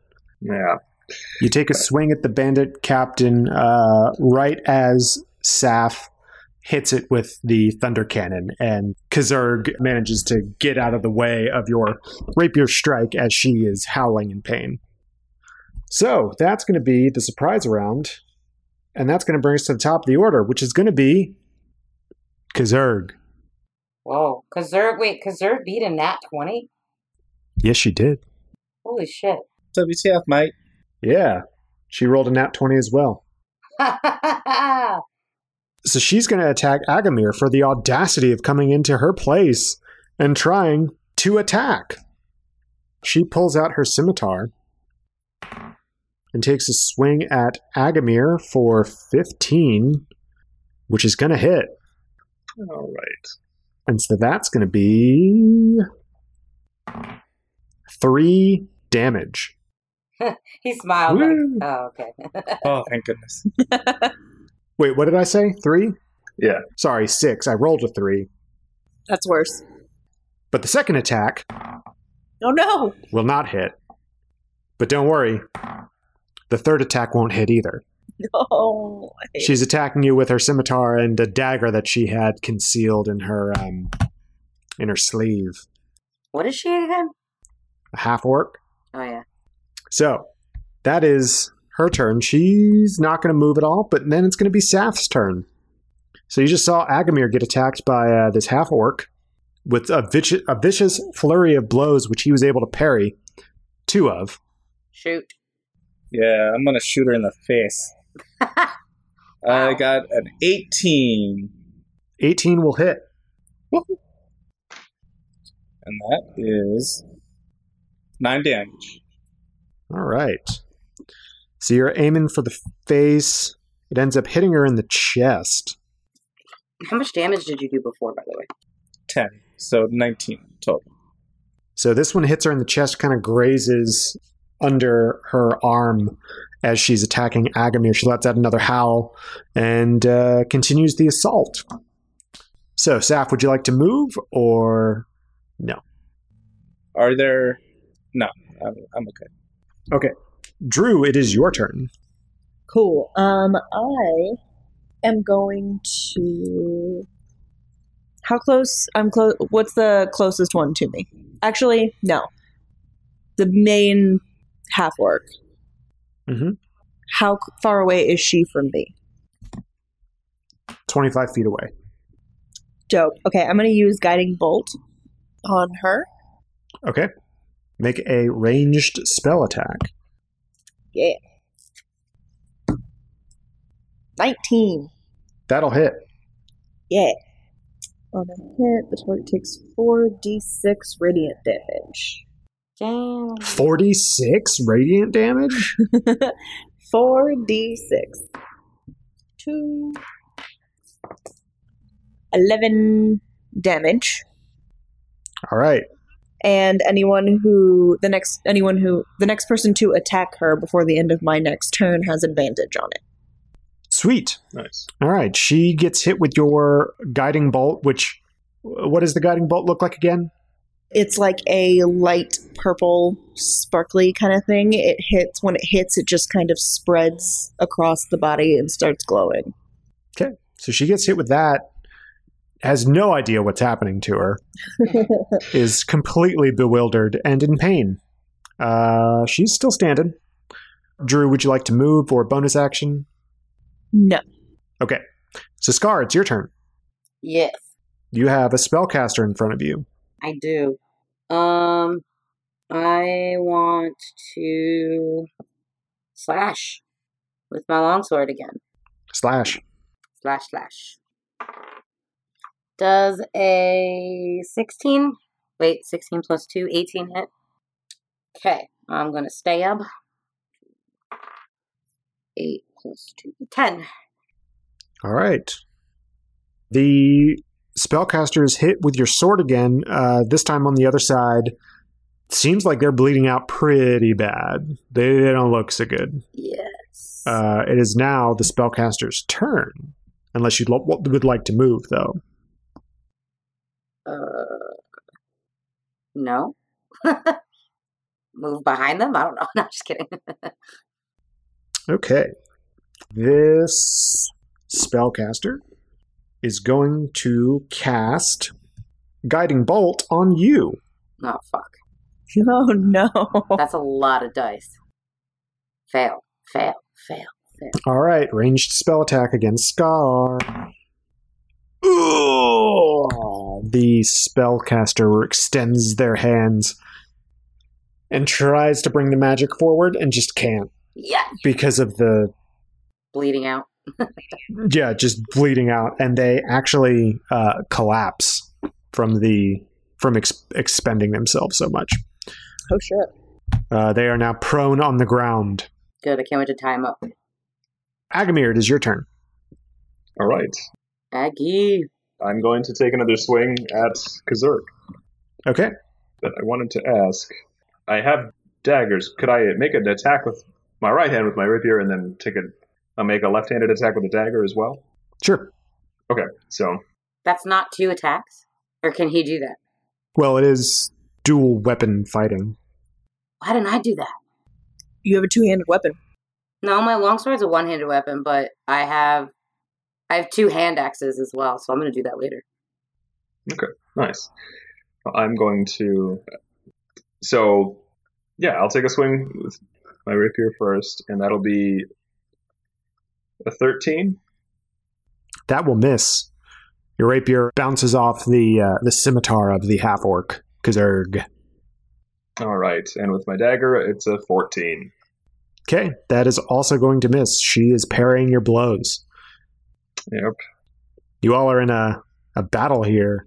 Speaker 2: Yeah.
Speaker 1: You take a swing at the bandit captain uh, right as Saf hits it with the thunder cannon, and Kazurg manages to get out of the way of your rapier strike as she is howling in pain. So that's going to be the surprise round, and that's going to bring us to the top of the order, which is going to be Kazurg.
Speaker 5: Whoa. Kazur, wait, Kazur beat a nat 20?
Speaker 1: Yes, she did.
Speaker 5: Holy shit.
Speaker 3: WTF, mate.
Speaker 1: Yeah, she rolled a nat twenty as well. So she's going to attack Agamir for the audacity of coming into her place and trying to attack. She pulls out her scimitar and takes a swing at Agamir for 15, which is going to hit.
Speaker 2: All right.
Speaker 1: And so that's going to be three damage.
Speaker 5: he smiled. Like,
Speaker 1: Woo.
Speaker 5: oh, okay.
Speaker 3: Oh, thank goodness.
Speaker 1: Wait, what did I say? Three?
Speaker 2: Yeah.
Speaker 1: Sorry, six. I rolled a three.
Speaker 4: That's worse.
Speaker 1: But the second attack
Speaker 4: Oh no!
Speaker 1: will not hit. But don't worry, the third attack won't hit either.
Speaker 4: No.
Speaker 1: She's attacking you with her scimitar and a dagger that she had concealed in her um, in her sleeve.
Speaker 5: what is she again?
Speaker 1: A half orc.
Speaker 5: Oh, yeah.
Speaker 1: So that is her turn. She's not going to move at all. But then it's going to be Saf's turn. So you just saw Agamir get attacked by uh, this half orc with a, vicious, a vicious flurry of blows, which he was able to parry two of.
Speaker 5: Shoot.
Speaker 3: Yeah, I'm going to shoot her in the face. I got an 18.
Speaker 1: Eighteen will hit.
Speaker 3: And that is nine damage.
Speaker 1: All right. So you're aiming for the face. It ends up hitting her in the chest.
Speaker 5: How much damage did you do before, by the way?
Speaker 3: Ten. So 19 total.
Speaker 1: So this one hits her in the chest, kind of grazes under her arm as she's attacking Agamir. She lets out another howl and uh, continues the assault. So, Saf, would you like to move or
Speaker 3: Are there. No, I'm, I'm okay.
Speaker 1: Drew? It is your turn.
Speaker 4: Cool. Um, I am going to. How close? I'm close. What's the closest one to me? Actually, no. The main half orc.
Speaker 1: Mhm.
Speaker 4: How c- far away is she from me?
Speaker 1: Twenty-five feet away.
Speaker 4: Dope. Okay, I'm going to use guiding bolt on her.
Speaker 1: Okay. Make a ranged spell attack.
Speaker 4: 19.
Speaker 1: That'll hit.
Speaker 4: Yeah. On a hit, the target takes 4d6 radiant damage.
Speaker 5: Damn.
Speaker 1: Forty-six radiant damage.
Speaker 4: Four D six. Two. Eleven damage.
Speaker 1: All right.
Speaker 4: And anyone who the next anyone who the next person to attack her before the end of my next turn has advantage on it.
Speaker 1: Sweet.
Speaker 2: Nice.
Speaker 1: All right. She gets hit with your guiding bolt, which uh, What does the guiding bolt look like again?
Speaker 4: It's like a light purple, sparkly kind of thing. It hits, when it hits, it just kind of spreads across the body and starts glowing.
Speaker 1: So she gets hit with that, has no idea what's happening to her, is completely bewildered and in pain. Uh, she's still standing. Drew, would you like to move for a bonus action?
Speaker 4: No.
Speaker 1: Okay. So, Scar, it's your turn.
Speaker 5: Yes,
Speaker 1: You have a spellcaster in front of you.
Speaker 5: I do. Um, I want to slash with my longsword again.
Speaker 1: Slash.
Speaker 5: Slash, slash. Does a 16, wait, 16 plus 2, 18 hit? Okay, I'm going to stab. 8 plus 2, 10.
Speaker 1: All right. The spellcaster is hit with your sword again, uh, this time on the other side. Seems like they're bleeding out pretty bad. They, they don't look so good.
Speaker 5: Yes.
Speaker 1: Uh, it is now the spellcaster's turn, unless you lo- would like to move, though.
Speaker 5: Uh, no. Move behind them? I don't know. No, I'm just kidding.
Speaker 1: Okay. This spellcaster is going to cast Guiding Bolt on you.
Speaker 5: Oh, fuck.
Speaker 4: Oh, no.
Speaker 5: That's a lot of dice. Fail, fail, fail.
Speaker 1: All right, ranged spell attack against Scar. Ooh! The spellcaster extends their hands and tries to bring the magic forward and just can't
Speaker 5: Yeah.
Speaker 1: because of the
Speaker 5: Bleeding out.
Speaker 1: yeah, just bleeding out, and they actually uh, collapse from the from ex- expending themselves so much.
Speaker 4: Oh, shit.
Speaker 1: Uh, they are now prone on the ground.
Speaker 5: Good. I can't wait to tie him up.
Speaker 1: Agamir, it is your turn.
Speaker 2: All right.
Speaker 5: Aggie.
Speaker 2: I'm going to take another swing at Kazurk.
Speaker 1: Okay,
Speaker 2: But I wanted to ask I have daggers. Could I make an attack with my right hand with my rapier and then take a, I'll make a left handed attack with a dagger as well?
Speaker 1: sure.
Speaker 2: Okay, so
Speaker 5: That's not two attacks? Or can he do that?
Speaker 1: Well, it is dual weapon fighting.
Speaker 5: Why didn't I do that?
Speaker 4: You have a two handed weapon.
Speaker 5: No, my longsword's a one handed weapon, but I have I have two hand axes as well, so I'm gonna do that later.
Speaker 2: nice. I'm going to. So, yeah, I'll take a swing with my rapier first, and that'll be a 13.
Speaker 1: That will miss. Your rapier bounces off the uh, the scimitar of the half orc Kazurg.
Speaker 2: All right, and with my dagger, it's a 14.
Speaker 1: Okay, that is also going to miss. She is parrying your blows.
Speaker 2: Yep.
Speaker 1: You all are in a, a battle here.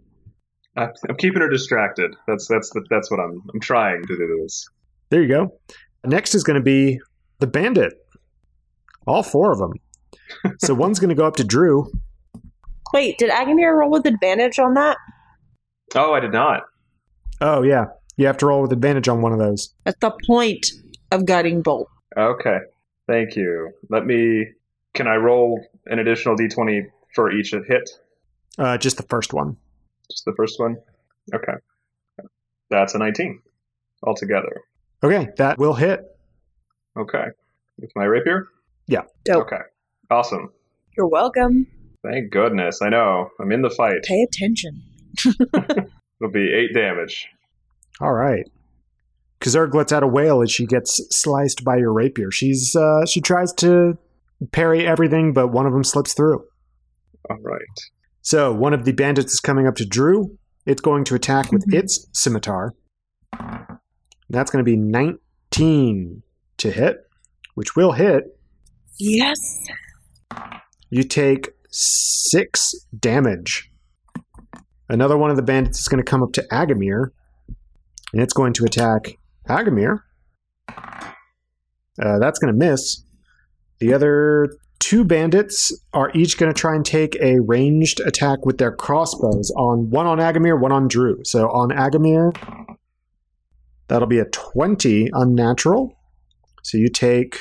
Speaker 2: I'm I'm keeping her distracted. That's that's the, that's what I'm I'm trying to do this.
Speaker 1: There you go. Next is going to be the bandit. All four of them. so one's going to go up to Drew.
Speaker 4: Wait, did Agamir roll with advantage on that?
Speaker 2: Oh, I did not.
Speaker 1: Oh, yeah. You have to roll with advantage on one of those.
Speaker 4: That's the point of guiding bolt.
Speaker 2: Okay, thank you. Let me. Can I roll an additional d20 for each hit?
Speaker 1: Uh, just the first one.
Speaker 2: Just the first one. Okay, that's a 19 altogether.
Speaker 1: Okay, that will hit.
Speaker 2: Okay, with my rapier.
Speaker 1: Yeah.
Speaker 4: Dope.
Speaker 2: Okay, awesome.
Speaker 4: You're welcome.
Speaker 2: Thank goodness. I know I'm in the fight.
Speaker 4: Pay attention.
Speaker 2: It'll be eight damage.
Speaker 1: All right. Kazurg lets out a wail as she gets sliced by your rapier. She's uh, she tries to parry everything, but one of them slips through.
Speaker 2: All right.
Speaker 1: So one of the bandits is coming up to Drew. It's going to attack with its scimitar. That's going to be 19 to hit, which will hit.
Speaker 4: Yes.
Speaker 1: You take six damage. Another one of the bandits is going to come up to Agamir, and it's going to attack Agamir. Uh, that's going to miss. The other two bandits are each going to try and take a ranged attack with their crossbows on one on Agamir, one on Drew. So on Agamir, that'll be a 20 unnatural. So you take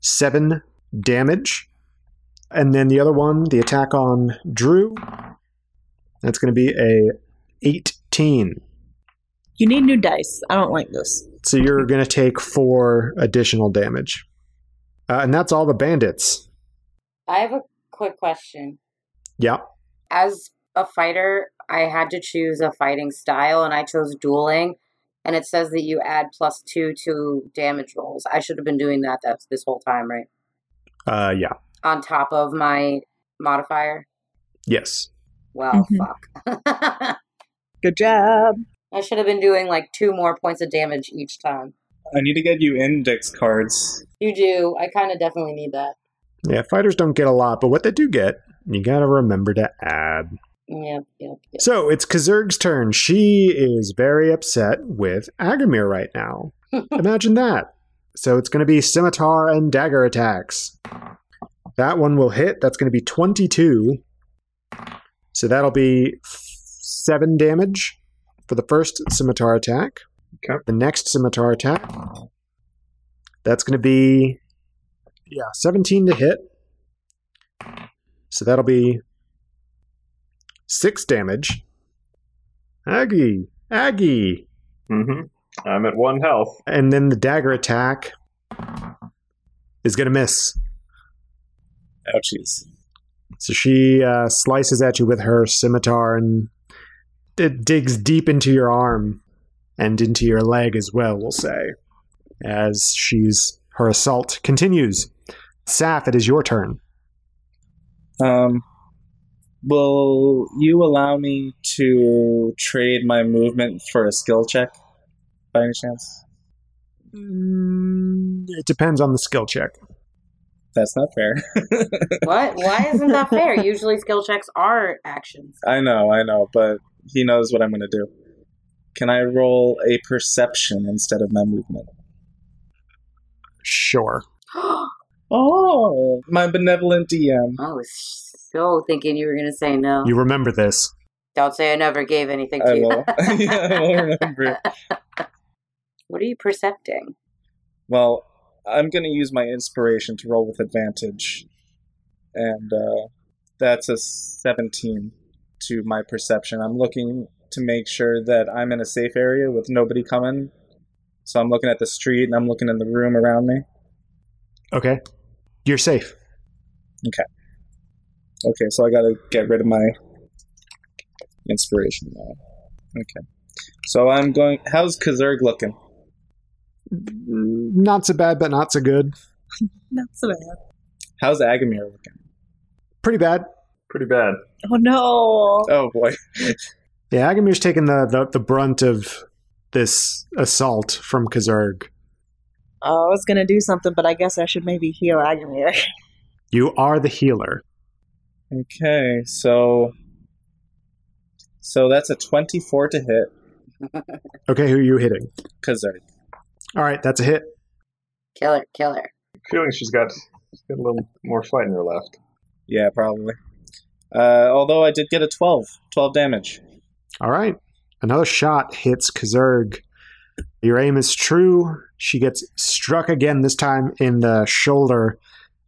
Speaker 1: seven damage. And then the other one, the attack on Drew, That's going to be a 18.
Speaker 4: You need new dice. I don't like this.
Speaker 1: So you're going to take four additional damage. Uh, and that's all the bandits.
Speaker 5: I have a quick question.
Speaker 1: Yeah.
Speaker 5: As a fighter, I had to choose a fighting style, and I chose dueling. And it says that you add plus two to damage rolls. I should have been doing that that's this whole time, right?
Speaker 1: Uh, yeah.
Speaker 5: On top of my modifier.
Speaker 1: Yes.
Speaker 5: Well,
Speaker 4: Mhm.
Speaker 5: fuck.
Speaker 4: Good job.
Speaker 5: I should have been doing like two more points of damage each time.
Speaker 3: I need to get you index cards.
Speaker 5: You do. I kind of definitely need that.
Speaker 1: Yeah, fighters don't get a lot, but what they do get, you got to remember to add.
Speaker 5: Yep, yep, yep.
Speaker 1: So it's Kazurg's turn. She is very upset with Agamir right now. Imagine that. So it's going to be scimitar and dagger attacks. That one will hit. That's going to be 22. So that'll be f- 7 damage for the first scimitar attack.
Speaker 2: Okay.
Speaker 1: The next scimitar attack. That's going to be yeah, 17 to hit. So that'll be six damage. Aggie, Aggie,
Speaker 2: Mm-hmm. I'm at one health.
Speaker 1: and then the dagger attack is gonna miss.
Speaker 3: Ouchies.
Speaker 1: So she uh, slices at you with her scimitar, and it digs deep into your arm and into your leg as well. We'll say as she's her assault continues. Saf, it is your turn.
Speaker 3: Um, will you allow me to trade my movement for a skill check by any chance?
Speaker 1: Mm, It depends on the skill check.
Speaker 3: That's not fair.
Speaker 5: What? Why isn't that fair? Usually skill checks are actions.
Speaker 3: I know, I know, but he knows what I'm going to do. Can I roll a perception instead of my movement?
Speaker 1: Sure.
Speaker 3: Oh, my benevolent DM.
Speaker 5: I was so thinking you were going to say no.
Speaker 1: You remember this.
Speaker 5: Don't say I never gave anything to
Speaker 3: I
Speaker 5: you.
Speaker 3: will. yeah, I will remember.
Speaker 5: What are you percepting?
Speaker 3: Well, I'm going to use my inspiration to roll with advantage, and uh, that's a 17 to my perception. I'm looking to make sure that I'm in a safe area with nobody coming. So I'm looking at the street and I'm looking in the room around me.
Speaker 1: Okay. You're safe.
Speaker 3: Okay, so I gotta get rid of my inspiration now. Okay. So I'm going. How's Kazurg looking?
Speaker 1: Mm, Not so bad, but not so good.
Speaker 4: Not so bad.
Speaker 3: How's Agamir looking?
Speaker 1: Pretty bad.
Speaker 2: Pretty bad.
Speaker 4: Oh no.
Speaker 3: Oh boy.
Speaker 1: Yeah, Agamir's taking the, the, the brunt of this assault from Kazurg.
Speaker 4: Oh, I was gonna do something, but I guess I should maybe heal Agamir.
Speaker 1: You are the healer.
Speaker 3: Okay, so. So that's a 24 to hit
Speaker 1: Okay, who are you hitting?
Speaker 3: Kazurg.
Speaker 1: All right, that's a hit.
Speaker 5: Killer, killer.
Speaker 2: Feeling she's got, she's got a little more fight in her left.
Speaker 3: Yeah, probably. Uh, although I did get a 12. 12 damage.
Speaker 1: All right, another shot hits Kazurg. Your aim is true. She gets struck again, this time in the shoulder.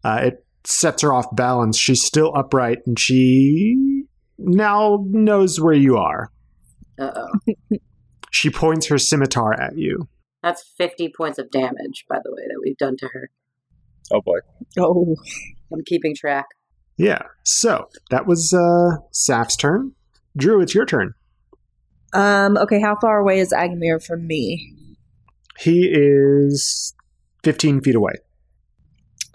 Speaker 1: Uh, it sets her off balance. She's still upright, and she now knows where you are.
Speaker 5: Uh oh.
Speaker 1: She points her scimitar at you.
Speaker 5: That's 50 points of damage, by the way, that we've done to her.
Speaker 3: Oh boy.
Speaker 4: Oh.
Speaker 5: I'm keeping track.
Speaker 1: Yeah. So that was uh Saf's turn. Drew, it's your turn.
Speaker 4: Um, okay, how far away is Agamir from me?
Speaker 1: He is fifteen feet away.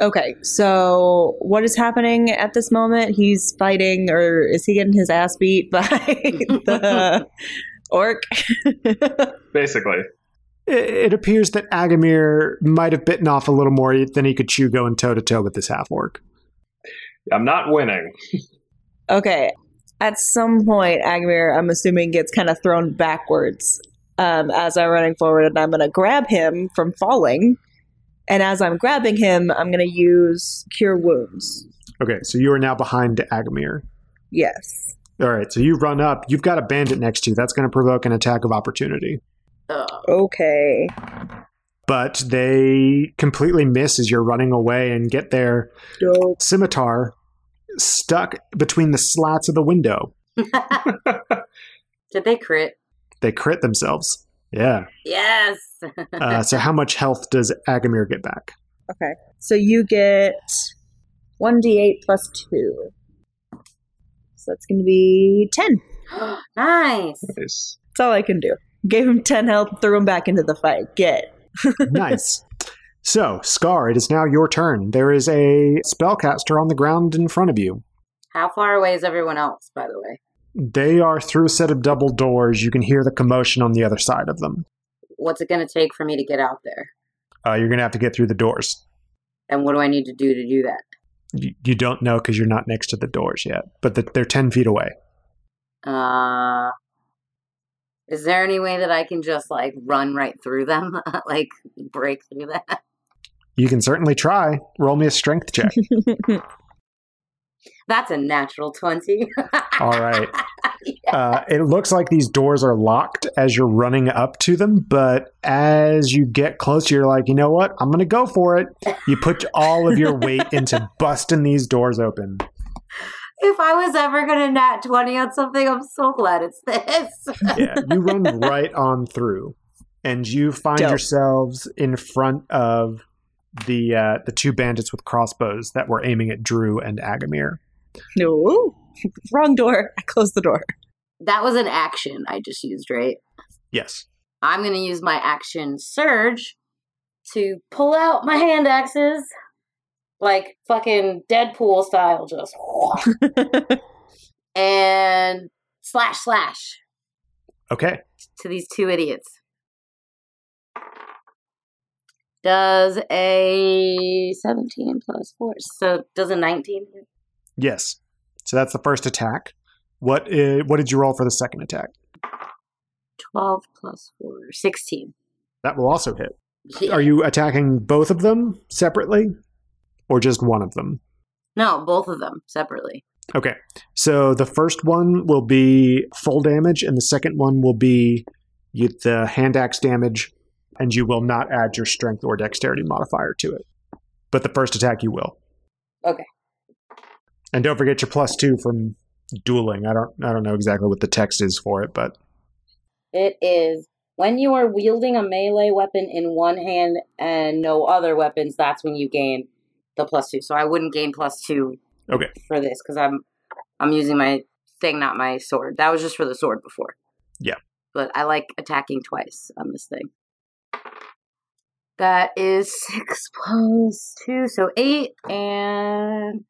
Speaker 4: Okay, so what is happening at this moment? He's fighting, or is he getting his ass beat by the orc?
Speaker 2: Basically.
Speaker 1: It, it appears that Agamir might have bitten off a little more than he could chew going toe to toe with this half orc.
Speaker 2: I'm not winning.
Speaker 4: okay, at some point, Agamir, I'm assuming, gets kind of thrown backwards um, as I'm running forward, and I'm going to grab him from falling. And as I'm grabbing him, I'm going to use Cure Wounds.
Speaker 1: Okay, so you are now behind Agamir.
Speaker 4: Yes.
Speaker 1: All right, so you run up. You've got a bandit next to you. That's going to provoke an attack of opportunity.
Speaker 5: Ugh.
Speaker 4: Okay.
Speaker 1: But they completely miss as you're running away and get their
Speaker 4: Dope.
Speaker 1: scimitar stuck between the slats of the window.
Speaker 5: Did they crit?
Speaker 1: They crit themselves. Yeah.
Speaker 5: Yes.
Speaker 1: Uh, so how much health does Agamir get back?
Speaker 4: Okay. So you get 1d8 plus 2. So that's going to be 10.
Speaker 5: nice.
Speaker 2: Nice.
Speaker 4: That's all I can do. Gave him 10 health, threw him back into the fight. Get.
Speaker 1: nice. So, Scar, it is now your turn. There is a spellcaster on the ground in front of you.
Speaker 5: How far away is everyone else, by the way?
Speaker 1: They are through a set of double doors. You can hear the commotion on the other side of them.
Speaker 5: What's it going to take for me to get out there?
Speaker 1: Uh, you're going to have to get through the doors.
Speaker 5: And what do I need to do to do that?
Speaker 1: You, you don't know because you're not next to the doors yet, but the, they're 10 feet away.
Speaker 5: Uh, is there any way that I can just like run right through them, like break through that?
Speaker 1: You can certainly try. Roll me a strength check.
Speaker 5: That's a natural twenty.
Speaker 1: All right. Uh, it looks like these doors are locked as you're running up to them, but as you get closer, you're like, you know what? I'm going to go for it. You put all of your weight into busting these doors open.
Speaker 5: if I was ever gonna nat twenty on something, I'm so glad it's this.
Speaker 1: Yeah, you run right on through, and you find
Speaker 4: Dope.
Speaker 1: yourselves in front of the uh, the two bandits with crossbows that were aiming at Drew and Agamir.
Speaker 4: No. Wrong door. I closed the door.
Speaker 5: that was an action I just used, right?
Speaker 1: Yes.
Speaker 5: I'm going to use my action surge to pull out my hand axes like fucking Deadpool style, just and slash slash
Speaker 1: Okay.
Speaker 5: to these two idiots. Does a 17 plus 4. So does a 19 hit?
Speaker 1: Yes. So that's the first attack. What i- what did you roll for the second attack?
Speaker 5: 12 plus 4. 16.
Speaker 1: That will also hit.
Speaker 5: Yeah.
Speaker 1: Are you attacking both of them separately or just one of them?
Speaker 5: no, both of them separately.
Speaker 1: Okay. So the first one will be full damage, and the second one will be you, the hand axe damage, and you will not add your strength or dexterity modifier to it. But the first attack you will.
Speaker 5: Okay.
Speaker 1: And don't forget your plus two from dueling. I don't I don't know exactly what the text is for it, but
Speaker 5: It is when you are wielding a melee weapon in one hand and no other weapons. That's when you gain the plus two. So I wouldn't gain plus two.
Speaker 1: Okay.
Speaker 5: For this, because I'm I'm using my thing, not my sword. That was just for the sword before.
Speaker 1: Yeah.
Speaker 5: But I like attacking twice on this thing. That is six plus two, so eight and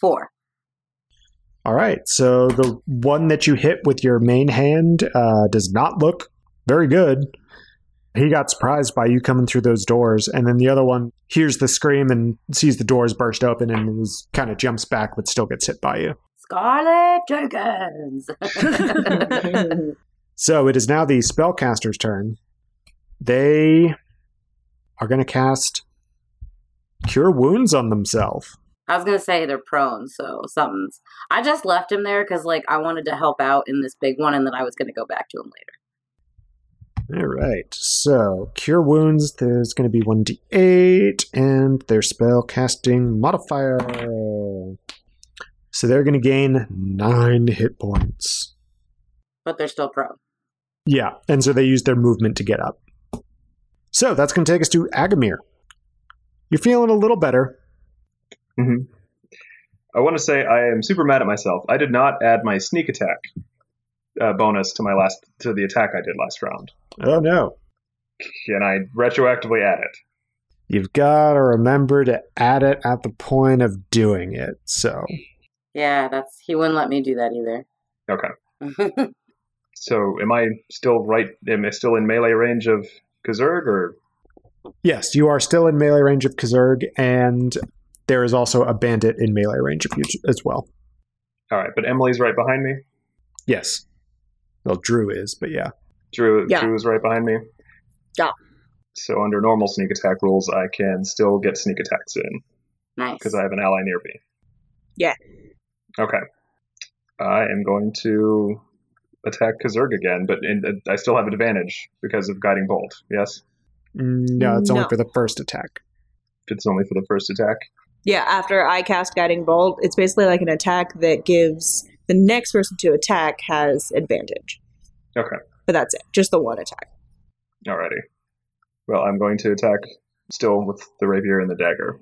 Speaker 5: four.
Speaker 1: All right. So the one that you hit with your main hand uh, does not look very good. He got surprised by you coming through those doors, and then the other one hears the scream and sees the doors burst open and is, kind of jumps back, but still gets hit by you.
Speaker 5: Scarlet Jenkins.
Speaker 1: So it is now the spellcaster's turn. They are going to cast Cure Wounds on themselves.
Speaker 5: I was gonna say they're prone, so something's. I just left him there because like I wanted to help out in this big one, and then I was gonna go back to him later.
Speaker 1: All right. So, cure wounds, there's going to be 1d8, and their spell casting modifier. So, they're going to gain 9 hit points.
Speaker 5: But they're still prone.
Speaker 1: Yeah. And so they use their movement to get up. So, that's going to take us to Agamir. You're feeling a little better.
Speaker 2: I want to say I am super mad at myself. I did not add my sneak attack uh, bonus to my last to the attack I did last round.
Speaker 1: Oh, no.
Speaker 2: Can I retroactively add it?
Speaker 1: You've got to remember to add it at the point of doing it. So,
Speaker 5: Yeah, that's he wouldn't let me do that either. Okay.
Speaker 2: So am I still right? Am I still in melee range of Kazurg? Or
Speaker 1: yes, you are still in melee range of Kazurg, and there is also a bandit in melee range of you as well.
Speaker 2: all right, but Emily's right behind me.
Speaker 1: Yes. Well, Drew is, but yeah.
Speaker 2: Drew
Speaker 4: Yeah.
Speaker 2: Drew is right behind me.
Speaker 4: Yeah.
Speaker 2: So under normal sneak attack rules, I can still get sneak attacks in
Speaker 5: nice.
Speaker 2: because I have an ally near me.
Speaker 4: Yeah.
Speaker 2: Okay. I am going to attack Kazurg again, but in, uh, I still have advantage because of guiding bolt. Yes,
Speaker 1: Mm, No, it's only
Speaker 4: No.
Speaker 1: for the first attack.
Speaker 2: it's only for the first attack.
Speaker 4: Yeah, after I cast Guiding Bolt, it's basically like an attack that gives the next person to attack has advantage.
Speaker 2: Okay.
Speaker 4: But that's it, just the one attack.
Speaker 2: Alrighty. Well, I'm going to attack still with the rapier and the dagger.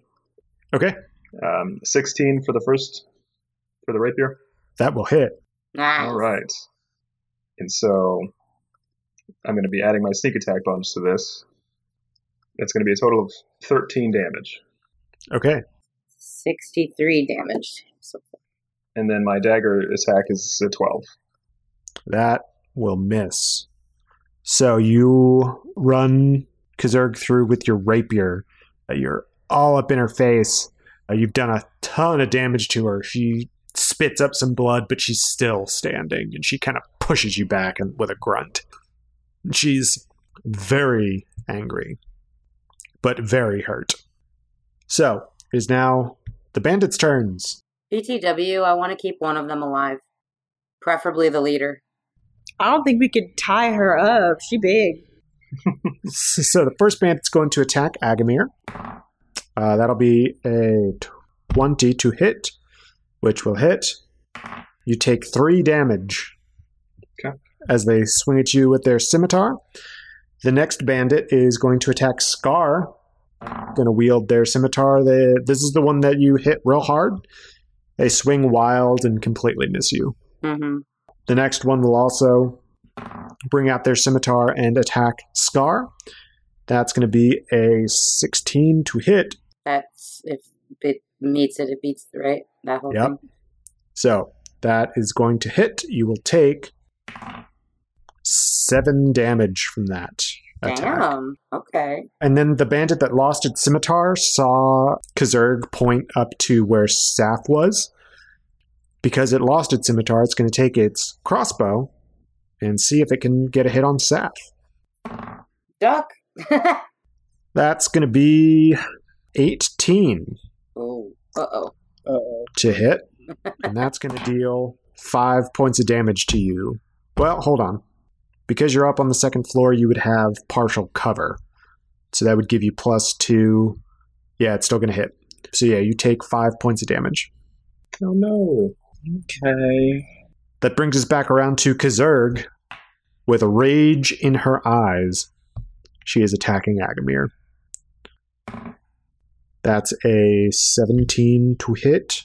Speaker 1: Okay.
Speaker 2: Um, 16 for the first, for the rapier.
Speaker 1: That will hit.
Speaker 5: Nice.
Speaker 2: All right. And so I'm going to be adding my sneak attack bonus to this. It's going to be a total of 13 damage.
Speaker 1: Okay.
Speaker 5: 63 damage. So,
Speaker 2: And then my dagger attack is a 12.
Speaker 1: That will miss. So you run Kazurg through with your rapier. Uh, You're all up in her face. Uh, You've done a ton of damage to her. She spits up some blood, but she's still standing, and she kind of pushes you back and with a grunt. She's very angry, but very hurt. So it is now the bandits' turns.
Speaker 5: BTW, I want to keep one of them alive, preferably the leader.
Speaker 4: I don't think we could tie her up. She big.
Speaker 1: So the first bandit's going to attack Agamir. Uh, that'll be a 20 to hit, which will hit. You take three damage
Speaker 2: Okay.
Speaker 1: as they swing at you with their scimitar. The next bandit is going to attack Scar. Going to wield their scimitar. They, this is the one that you hit real hard. They swing wild and completely miss you.
Speaker 5: Mm-hmm.
Speaker 1: The next one will also bring out their scimitar and attack Scar. That's going to be a 16 to hit.
Speaker 5: That's if it meets it, it beats it, right? That whole
Speaker 1: Yep.
Speaker 5: thing.
Speaker 1: So that is going to hit. You will take seven damage from that attack.
Speaker 5: Damn. Okay.
Speaker 1: And then the bandit that lost its scimitar saw Kazurg point up to where Saf was. Because it lost its scimitar, it's going to take its crossbow and see if it can get a hit on Saf.
Speaker 5: Duck.
Speaker 1: That's going to be 18
Speaker 5: oh. Uh oh.
Speaker 3: Uh-oh.
Speaker 1: to hit, and that's going to deal five points of damage to you. Well, hold on. Because you're up on the second floor, you would have partial cover. So that would give you plus two. Yeah, it's still going to hit. So yeah, you take five points of damage.
Speaker 2: Oh, no.
Speaker 3: Okay.
Speaker 1: That brings us back around to Kazurg with rage in her eyes. She is attacking Agamir. That's a 17 to hit.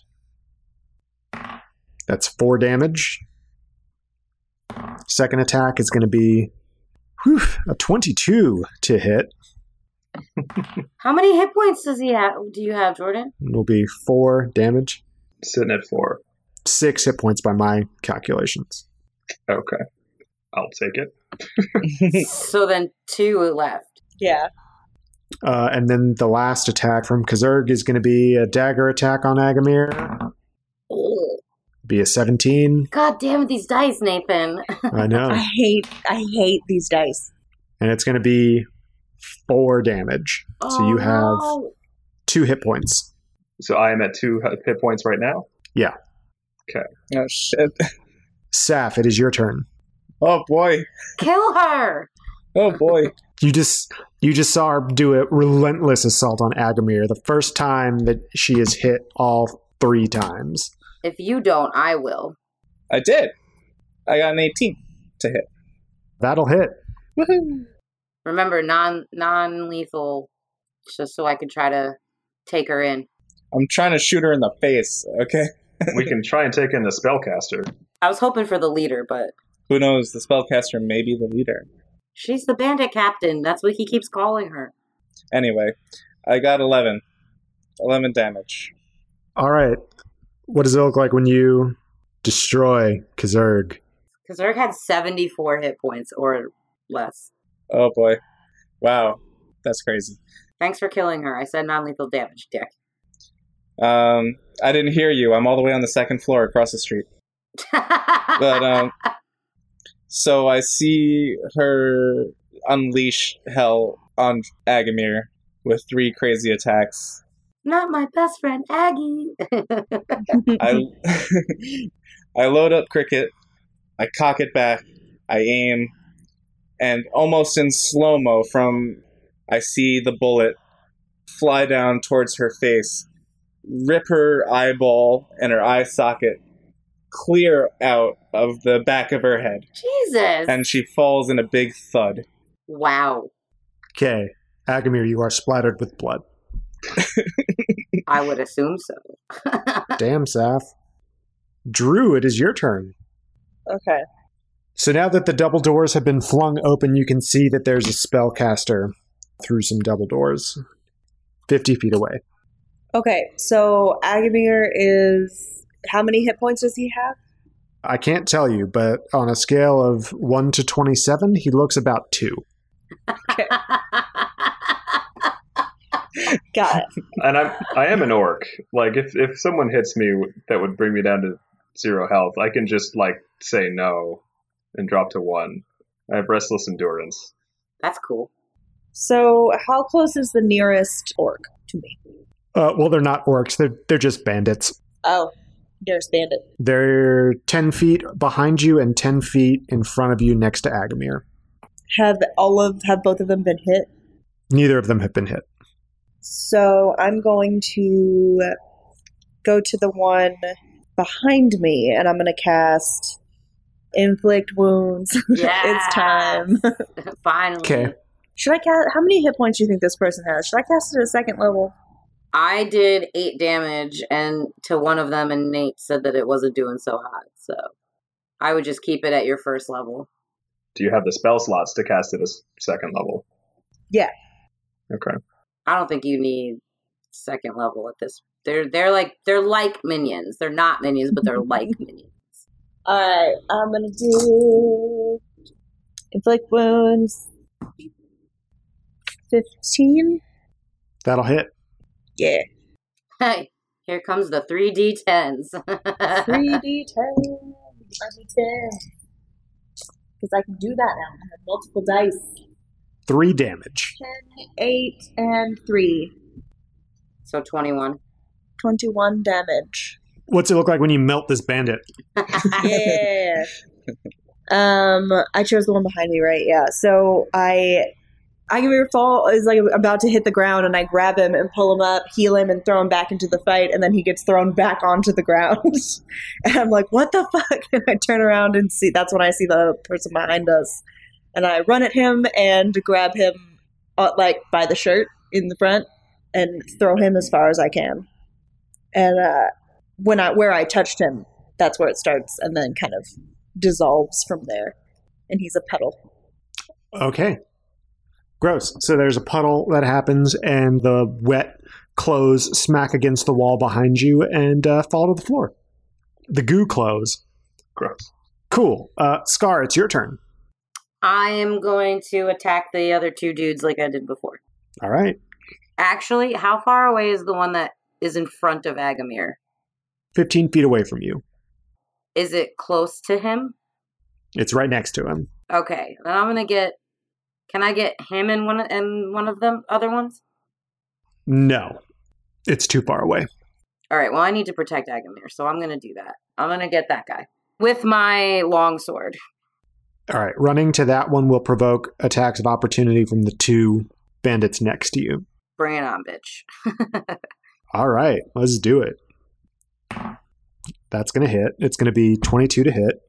Speaker 1: That's 4 damage. Second attack is going to be whew, a 22 to hit.
Speaker 5: How many hit points does he have? Do you have, Jordan?
Speaker 1: It'll be 4 damage.
Speaker 2: Sitting at four.
Speaker 1: 6 hit points by my calculations.
Speaker 2: Okay. I'll take it.
Speaker 5: so then two left.
Speaker 4: Yeah.
Speaker 1: Uh, and then the last attack from Kazurg is going to be a dagger attack on Agamir.
Speaker 5: Ugh.
Speaker 1: be a 17.
Speaker 5: God damn these dice, Nathan.
Speaker 1: I know.
Speaker 4: I hate I hate these dice.
Speaker 1: And it's going to be four damage. so you
Speaker 5: Oh,
Speaker 1: have
Speaker 5: no.
Speaker 1: two hit points.
Speaker 2: So I am at two hit points right now.
Speaker 3: Oh, shit.
Speaker 1: Saf, it is your turn.
Speaker 3: Oh, boy.
Speaker 5: kill her.
Speaker 3: Oh, boy.
Speaker 1: You just you just saw her do a relentless assault on Agamir the first time that she is hit all three times.
Speaker 5: If you don't, I will.
Speaker 3: I did. I got an 18 to hit.
Speaker 1: That'll hit.
Speaker 3: Woohoo.
Speaker 5: Remember, non non lethal, just so I can try to take her in.
Speaker 3: I'm trying to shoot her in the face, okay?
Speaker 2: we can try and take in the spellcaster.
Speaker 5: I was hoping for the leader, but
Speaker 3: Who knows? The spellcaster may be the leader.
Speaker 5: she's the bandit captain. That's what he keeps calling her.
Speaker 3: Anyway, I got 11. 11 damage.
Speaker 1: All right. What does it look like when you destroy Kazurg?
Speaker 5: Because Eric had 74 hit points or less.
Speaker 3: Oh, boy. Wow. That's crazy.
Speaker 5: Thanks for killing her. I said non lethal damage, dick.
Speaker 3: Um, I didn't hear you. I'm all the way on the second floor across the street. But
Speaker 5: uh,
Speaker 3: um, so I see her unleash hell on Agamir with three crazy attacks.
Speaker 5: Not my best friend, Aggie.
Speaker 3: I I load up cricket, I cock it back, I aim, and almost in slow mo from I see the bullet fly down towards her face, rip her eyeball and her eye socket clear out of the back of her head,
Speaker 5: Jesus.
Speaker 3: and she falls in a big thud.
Speaker 5: wow.
Speaker 1: Okay, Agamir, you are splattered with blood.
Speaker 5: I would assume so.
Speaker 1: Damn, Saf. Drew, it is your turn.
Speaker 4: Okay.
Speaker 1: So now that the double doors have been flung open, you can see that there's a spellcaster through some double doors, 50 feet away.
Speaker 4: Okay, so Agamir is. How many hit points does he have?
Speaker 1: I can't tell you, but on a scale of 1 to 27, he looks about 2.
Speaker 4: Got it.
Speaker 2: and I'm I am an orc. Like if if someone hits me that would bring me down to zero health, I can just like say no and drop to one. I have restless endurance.
Speaker 5: That's cool.
Speaker 4: So, how close is the nearest orc to me?
Speaker 1: Uh, well, they're not orcs, they're, they're just bandits.
Speaker 4: Oh, nearest bandit.
Speaker 1: They're 10 feet behind you and 10 feet in front of you next to Agamir.
Speaker 4: Have all of have both of them been hit?
Speaker 1: Neither of them have been hit.
Speaker 4: So I'm going to go to the one behind me, and I'm going to cast inflict wounds.
Speaker 5: Yeah.
Speaker 4: it's time.
Speaker 5: Finally.
Speaker 1: Okay.
Speaker 4: Should I cast? How many hit points do you think this person has? Should I cast it at a second level?
Speaker 5: I did eight damage and to one of them, and Nate said that it wasn't doing so hot. So I would just keep it at your first level.
Speaker 2: Do you have the spell slots to cast at a s- second level?
Speaker 4: Yeah.
Speaker 2: Okay.
Speaker 5: I don't think you need second level at this. They're they're like they're like minions. They're not minions, but they're like minions.
Speaker 4: All right, I'm going to do inflict wounds. Fifteen.
Speaker 1: That'll hit.
Speaker 4: Yeah,
Speaker 5: Hey, here comes the three D tens.
Speaker 4: three d ten. Because I can do that now. I have multiple dice.
Speaker 1: Three damage.
Speaker 4: 10, 8, and 3.
Speaker 5: So twenty one.
Speaker 4: 21 damage.
Speaker 1: What's it look like when you melt this bandit?
Speaker 4: Yeah. um, I chose the one behind me, right? Yeah. So I. I can remember fall is like about to hit the ground, and I grab him and pull him up, heal him, and throw him back into the fight. And then he gets thrown back onto the ground. and I'm like, "What the fuck?" And I turn around and see that's when I see the person behind us, and I run at him and grab him uh, like by the shirt in the front and throw him as far as I can. And uh, when I where I touched him, that's where it starts and then kind of dissolves from there. And he's a petal.
Speaker 1: Okay. Gross. So there's a puddle that happens, and the wet clothes smack against the wall behind you and uh, fall to the floor. The goo clothes.
Speaker 2: Gross.
Speaker 1: Cool. Uh, Scar, it's your turn.
Speaker 5: I am going to attack the other two dudes like I did before.
Speaker 1: All right.
Speaker 5: Actually, how far away is the one that is in front of Agamir?
Speaker 1: 15 feet away from you.
Speaker 5: Is it close to him?
Speaker 1: It's right next to him.
Speaker 5: Okay, then I'm gonna get. Can I get him in one in one of them other ones?
Speaker 1: No, it's too far away.
Speaker 5: All right. Well, I need to protect Agamir, so I'm gonna do that. I'm gonna get that guy with my longsword.
Speaker 1: All right. Running to that one will provoke attacks of opportunity from the two bandits next to you.
Speaker 5: Bring it on, bitch.
Speaker 1: All right, let's do it. That's going to hit. It's going to be 22 to hit.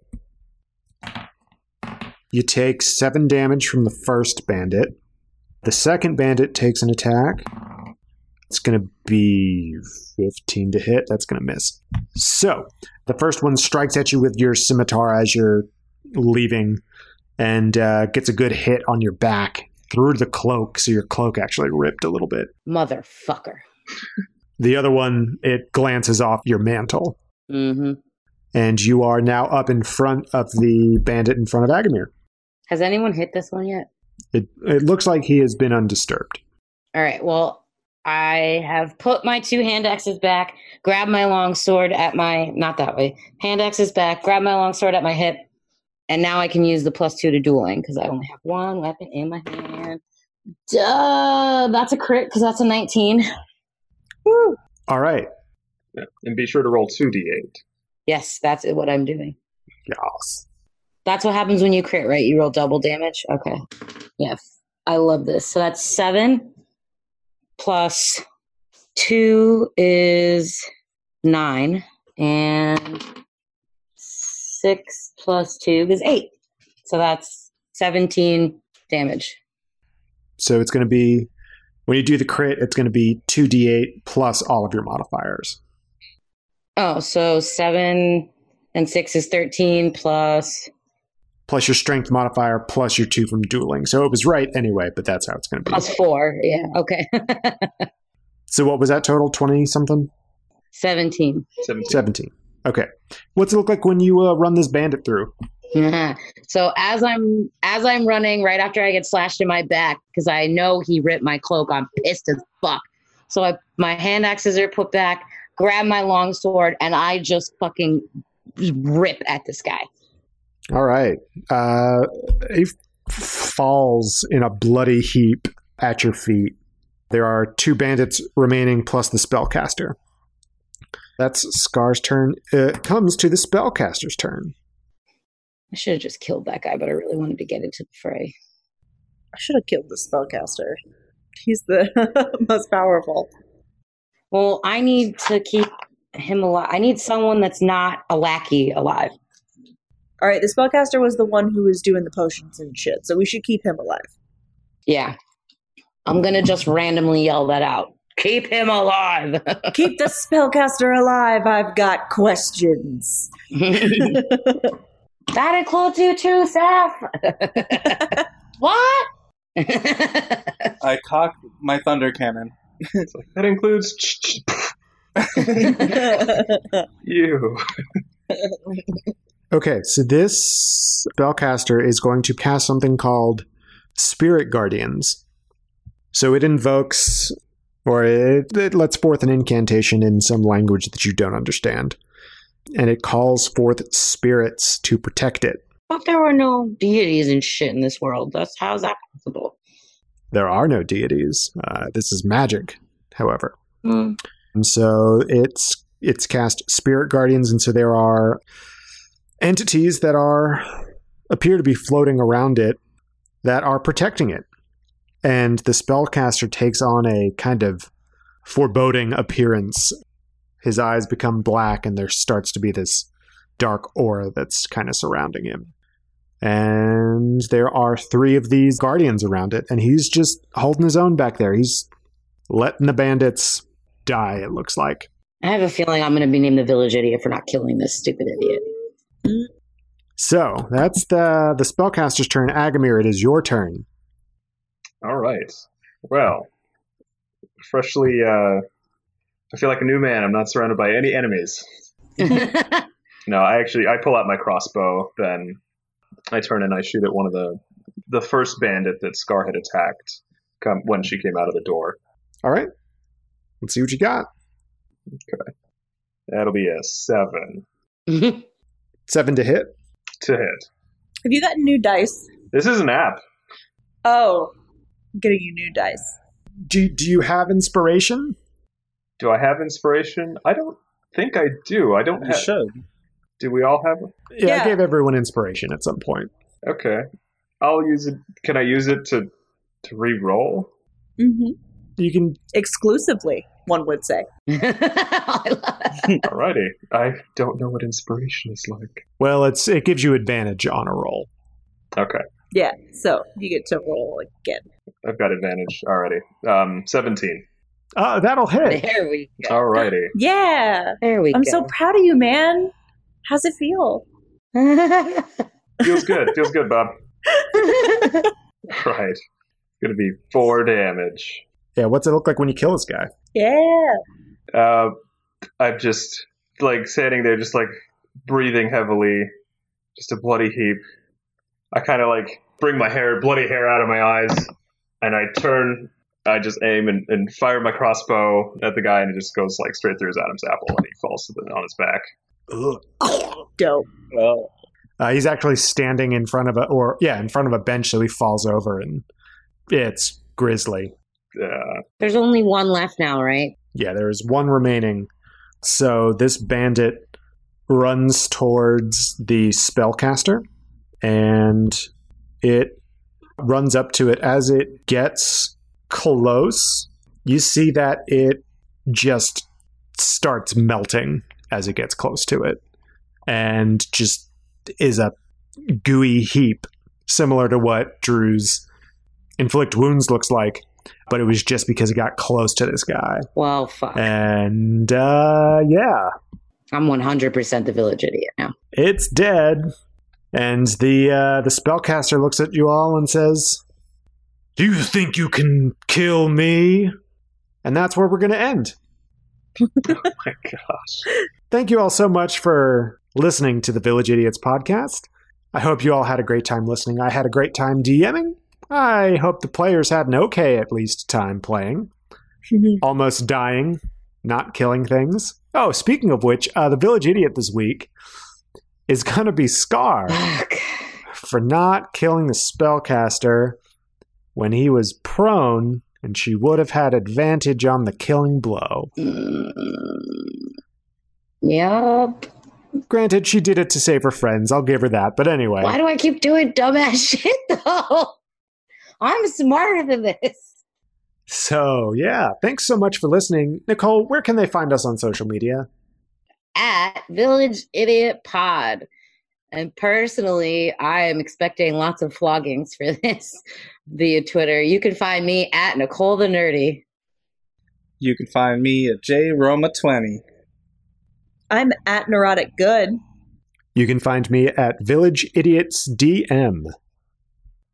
Speaker 1: You take seven damage from the first bandit. The second bandit takes an attack. It's going to be 15 to hit. That's going to miss. So, the first one strikes at you with your scimitar as you're leaving and uh, gets a good hit on your back through the cloak. So, your cloak actually ripped a little bit.
Speaker 5: Motherfucker.
Speaker 1: The other one, it glances off your mantle,
Speaker 5: Mm-hmm.
Speaker 1: and you are now up in front of the bandit in front of Agamir.
Speaker 5: Has anyone hit this one yet?
Speaker 1: It, it looks like he has been undisturbed.
Speaker 5: All right. Well, I have put my two hand axes back, grabbed my long sword at my not that way. Hand axes back, grab my long sword at my hip, and now I can use the plus two to dueling because I only have one weapon in my hand. Duh, that's a crit because that's a nineteen. Woo.
Speaker 1: All right.
Speaker 2: Yeah. And be sure to roll two d eight.
Speaker 5: Yes, that's what I'm doing.
Speaker 1: Yes.
Speaker 5: That's what happens when you crit, right? You roll double damage. Okay. Yes. I love this. So that's seven plus Two is nine, and six plus two is eight. So that's 17 damage.
Speaker 1: So it's going to be when you do the crit, it's going to be 2d8 plus all of your modifiers.
Speaker 5: Oh, so seven and six is 13 plus.
Speaker 1: Plus your strength modifier, plus your two from dueling. So it was right anyway, but that's how it's going to be.
Speaker 5: Plus four, yeah, okay.
Speaker 1: So what was that total? 20 something?
Speaker 5: 17.
Speaker 2: 17.
Speaker 1: 17. Okay. What's it look like when you uh, run this bandit through?
Speaker 5: Yeah. so as I'm as I'm running right after I get slashed in my back because I know he ripped my cloak, I'm pissed as fuck. So I, my hand axes are put back, grab my long sword, and I just fucking rip at this guy.
Speaker 1: All right. Uh, he f- falls in a bloody heap at your feet. There are two bandits remaining plus the spellcaster. That's Scar's turn. Uh, It comes to the spellcaster's turn.
Speaker 5: I should have just killed that guy, but I really wanted to get into the fray.
Speaker 6: I should have killed the spellcaster. He's the most powerful.
Speaker 5: Well, I need to keep him alive. I need someone that's not a lackey alive.
Speaker 6: All right, the spellcaster was the one who was doing the potions and shit, so we should keep him alive.
Speaker 5: Yeah. I'm gonna just randomly yell that out. Keep him alive.
Speaker 6: Keep the spellcaster alive. I've got questions.
Speaker 5: that includes you too, Seth. what?
Speaker 3: I cock my thunder cannon.
Speaker 2: It's like, that includes you.
Speaker 1: Okay, so this spellcaster is going to cast something called Spirit Guardians. So it invokes or it, it lets forth an incantation in some language that you don't understand. And it calls forth spirits to protect it.
Speaker 5: But there were no deities and shit in this world. That's how's that possible?
Speaker 1: There are no deities. Uh, this is magic, however.
Speaker 5: Hmm.
Speaker 1: And so it's it's cast spirit guardians, and so there are entities that are appear to be floating around it that are protecting it. And the spellcaster takes on a kind of foreboding appearance. His eyes become black, and there starts to be this dark aura that's kind of surrounding him. And there are three of these guardians around it, and he's just holding his own back there. He's letting the bandits die, it looks like.
Speaker 5: I have a feeling I'm gonna be named the village idiot for not killing this stupid idiot.
Speaker 1: So that's the the spellcaster's turn. Agamir, it is your turn.
Speaker 2: All right. Well, freshly, uh, I feel like a new man. I'm not surrounded by any enemies. No, I actually I pull out my crossbow, then I turn and I shoot at one of the the first bandit that Scar had attacked come, when she came out of the door.
Speaker 1: All right. Let's see what you got.
Speaker 2: That'll be a seven
Speaker 1: Seven to hit.
Speaker 2: to hit.
Speaker 6: Have you gotten new dice?
Speaker 2: This is an app.
Speaker 6: Oh, I'm getting you new dice.
Speaker 1: Do, do you have inspiration?
Speaker 2: Do I have inspiration? I don't think I do. I don't
Speaker 3: You
Speaker 2: have.
Speaker 3: should.
Speaker 2: Do we all have?
Speaker 1: Yeah, I
Speaker 6: Yeah.
Speaker 1: gave everyone inspiration at some point.
Speaker 2: Okay. I'll use it. Can I use it to to re-roll?
Speaker 6: Mm-hmm.
Speaker 1: You can
Speaker 6: Exclusively, one would say.
Speaker 5: I love it.
Speaker 2: Alrighty. I don't know what inspiration is like.
Speaker 1: well, it's it gives you advantage on a roll.
Speaker 2: Okay.
Speaker 6: Yeah, so you get to roll again.
Speaker 2: I've got advantage already. Um, seventeen.
Speaker 1: Uh, that'll hit.
Speaker 5: There we go.
Speaker 2: Alrighty.
Speaker 6: Yeah,
Speaker 5: There we
Speaker 6: I'm so
Speaker 5: go.
Speaker 6: proud of you, man. How's it feel?
Speaker 2: Feels good. Feels good, Bob. Right. It's gonna be four damage.
Speaker 1: Yeah, what's it look like when you kill this guy?
Speaker 6: Yeah.
Speaker 2: Uh, I'm just like standing there, just like breathing heavily, just a bloody heap. I kind of like bring my hair, bloody hair, out of my eyes, and I turn. I just aim and, and fire my crossbow at the guy, and it just goes like straight through his Adam's apple, and he falls to the, on his back.
Speaker 1: Ugh.
Speaker 6: Dope.
Speaker 3: Oh,
Speaker 1: Uh, he's actually standing in front of a or yeah, in front of a bench, so he falls over and it's grisly.
Speaker 2: Uh,
Speaker 5: There's only one left now, right?
Speaker 1: Yeah, there is one remaining. So this bandit runs towards the spellcaster and it runs up to it. As it gets close, you see that it just starts melting as it gets close to it and just is a gooey heap similar to what Drew's inflict wounds looks like, but it was just because he got close to this guy.
Speaker 7: Well, fuck.
Speaker 1: Eh. And uh yeah,
Speaker 7: I'm 100% the village idiot now.
Speaker 1: it's dead. And the uh the spellcaster looks at you all and says, "Do you think you can kill me?" And that's where we're going to end.
Speaker 2: My gosh.
Speaker 1: Thank you all so much for listening to the Village Idiots podcast. I hope you all had a great time listening. I had a great time DMing. I hope the players had an okay, at least, time playing.
Speaker 4: Mm-hmm.
Speaker 1: Almost dying, not killing things. Oh, speaking of which, uh, the Village Idiot this week is going to be Scar
Speaker 7: Fuck.
Speaker 1: for not killing the spellcaster when he was prone and she would have had advantage on the killing blow.
Speaker 7: Mm. Yep.
Speaker 1: Granted, she did it to save her friends. I'll give her that. But anyway.
Speaker 7: Why do I keep doing dumbass shit though? I'm smarter than this.
Speaker 1: So, yeah, thanks so much for listening. Nicole, where can they find us on social media?
Speaker 7: At Village Idiot Pod. And personally, I am expecting lots of floggings for this via Twitter. You can find me at Nicole the Nerdy.
Speaker 3: You can find me at jroma20.
Speaker 6: I'm at neurotic good.
Speaker 1: You can find me at Village Idiots DM.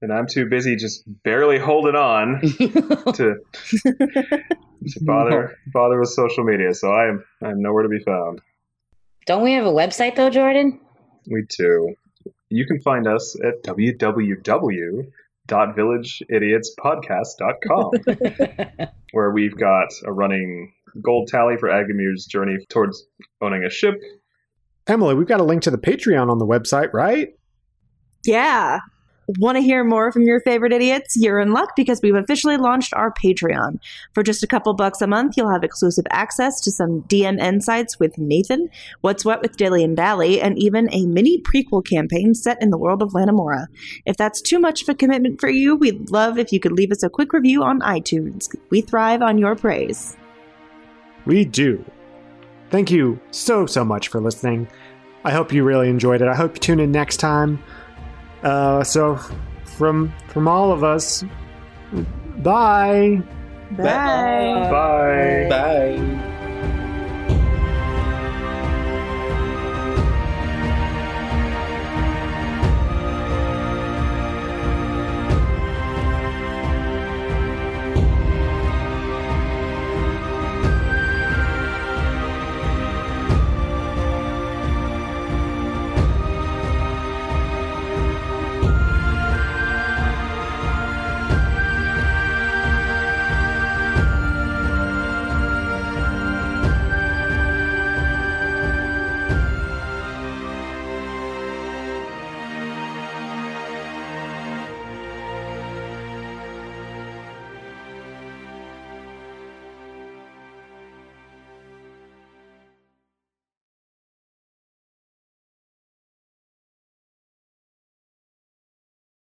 Speaker 2: And I'm too busy just barely holding on to to bother bother with social media. So I am I'm nowhere to be found.
Speaker 7: Don't we have a website though, Jordan?
Speaker 2: We too. You can find us at www.villageidiotspodcast.com, where we've got a running gold tally for Agamir's journey towards owning a ship.
Speaker 1: Emily, we've got a link to the Patreon on the website, right?
Speaker 4: Yeah. Want to hear more from your favorite idiots? You're in luck because we've officially launched our Patreon. For just a couple bucks a month, you'll have exclusive access to some DM insights with Nathan, What's What with Dilly and Dally, and even a mini prequel campaign set in the world of Lanamora. If that's too much of a commitment for you, we'd love if you could leave us a quick review on iTunes. We thrive on your praise.
Speaker 1: We do. Thank you so, so much for listening. I hope you really enjoyed it. I hope you tune in next time. Uh, so, from from all of us, bye.
Speaker 4: Bye.
Speaker 2: Bye.
Speaker 3: Bye.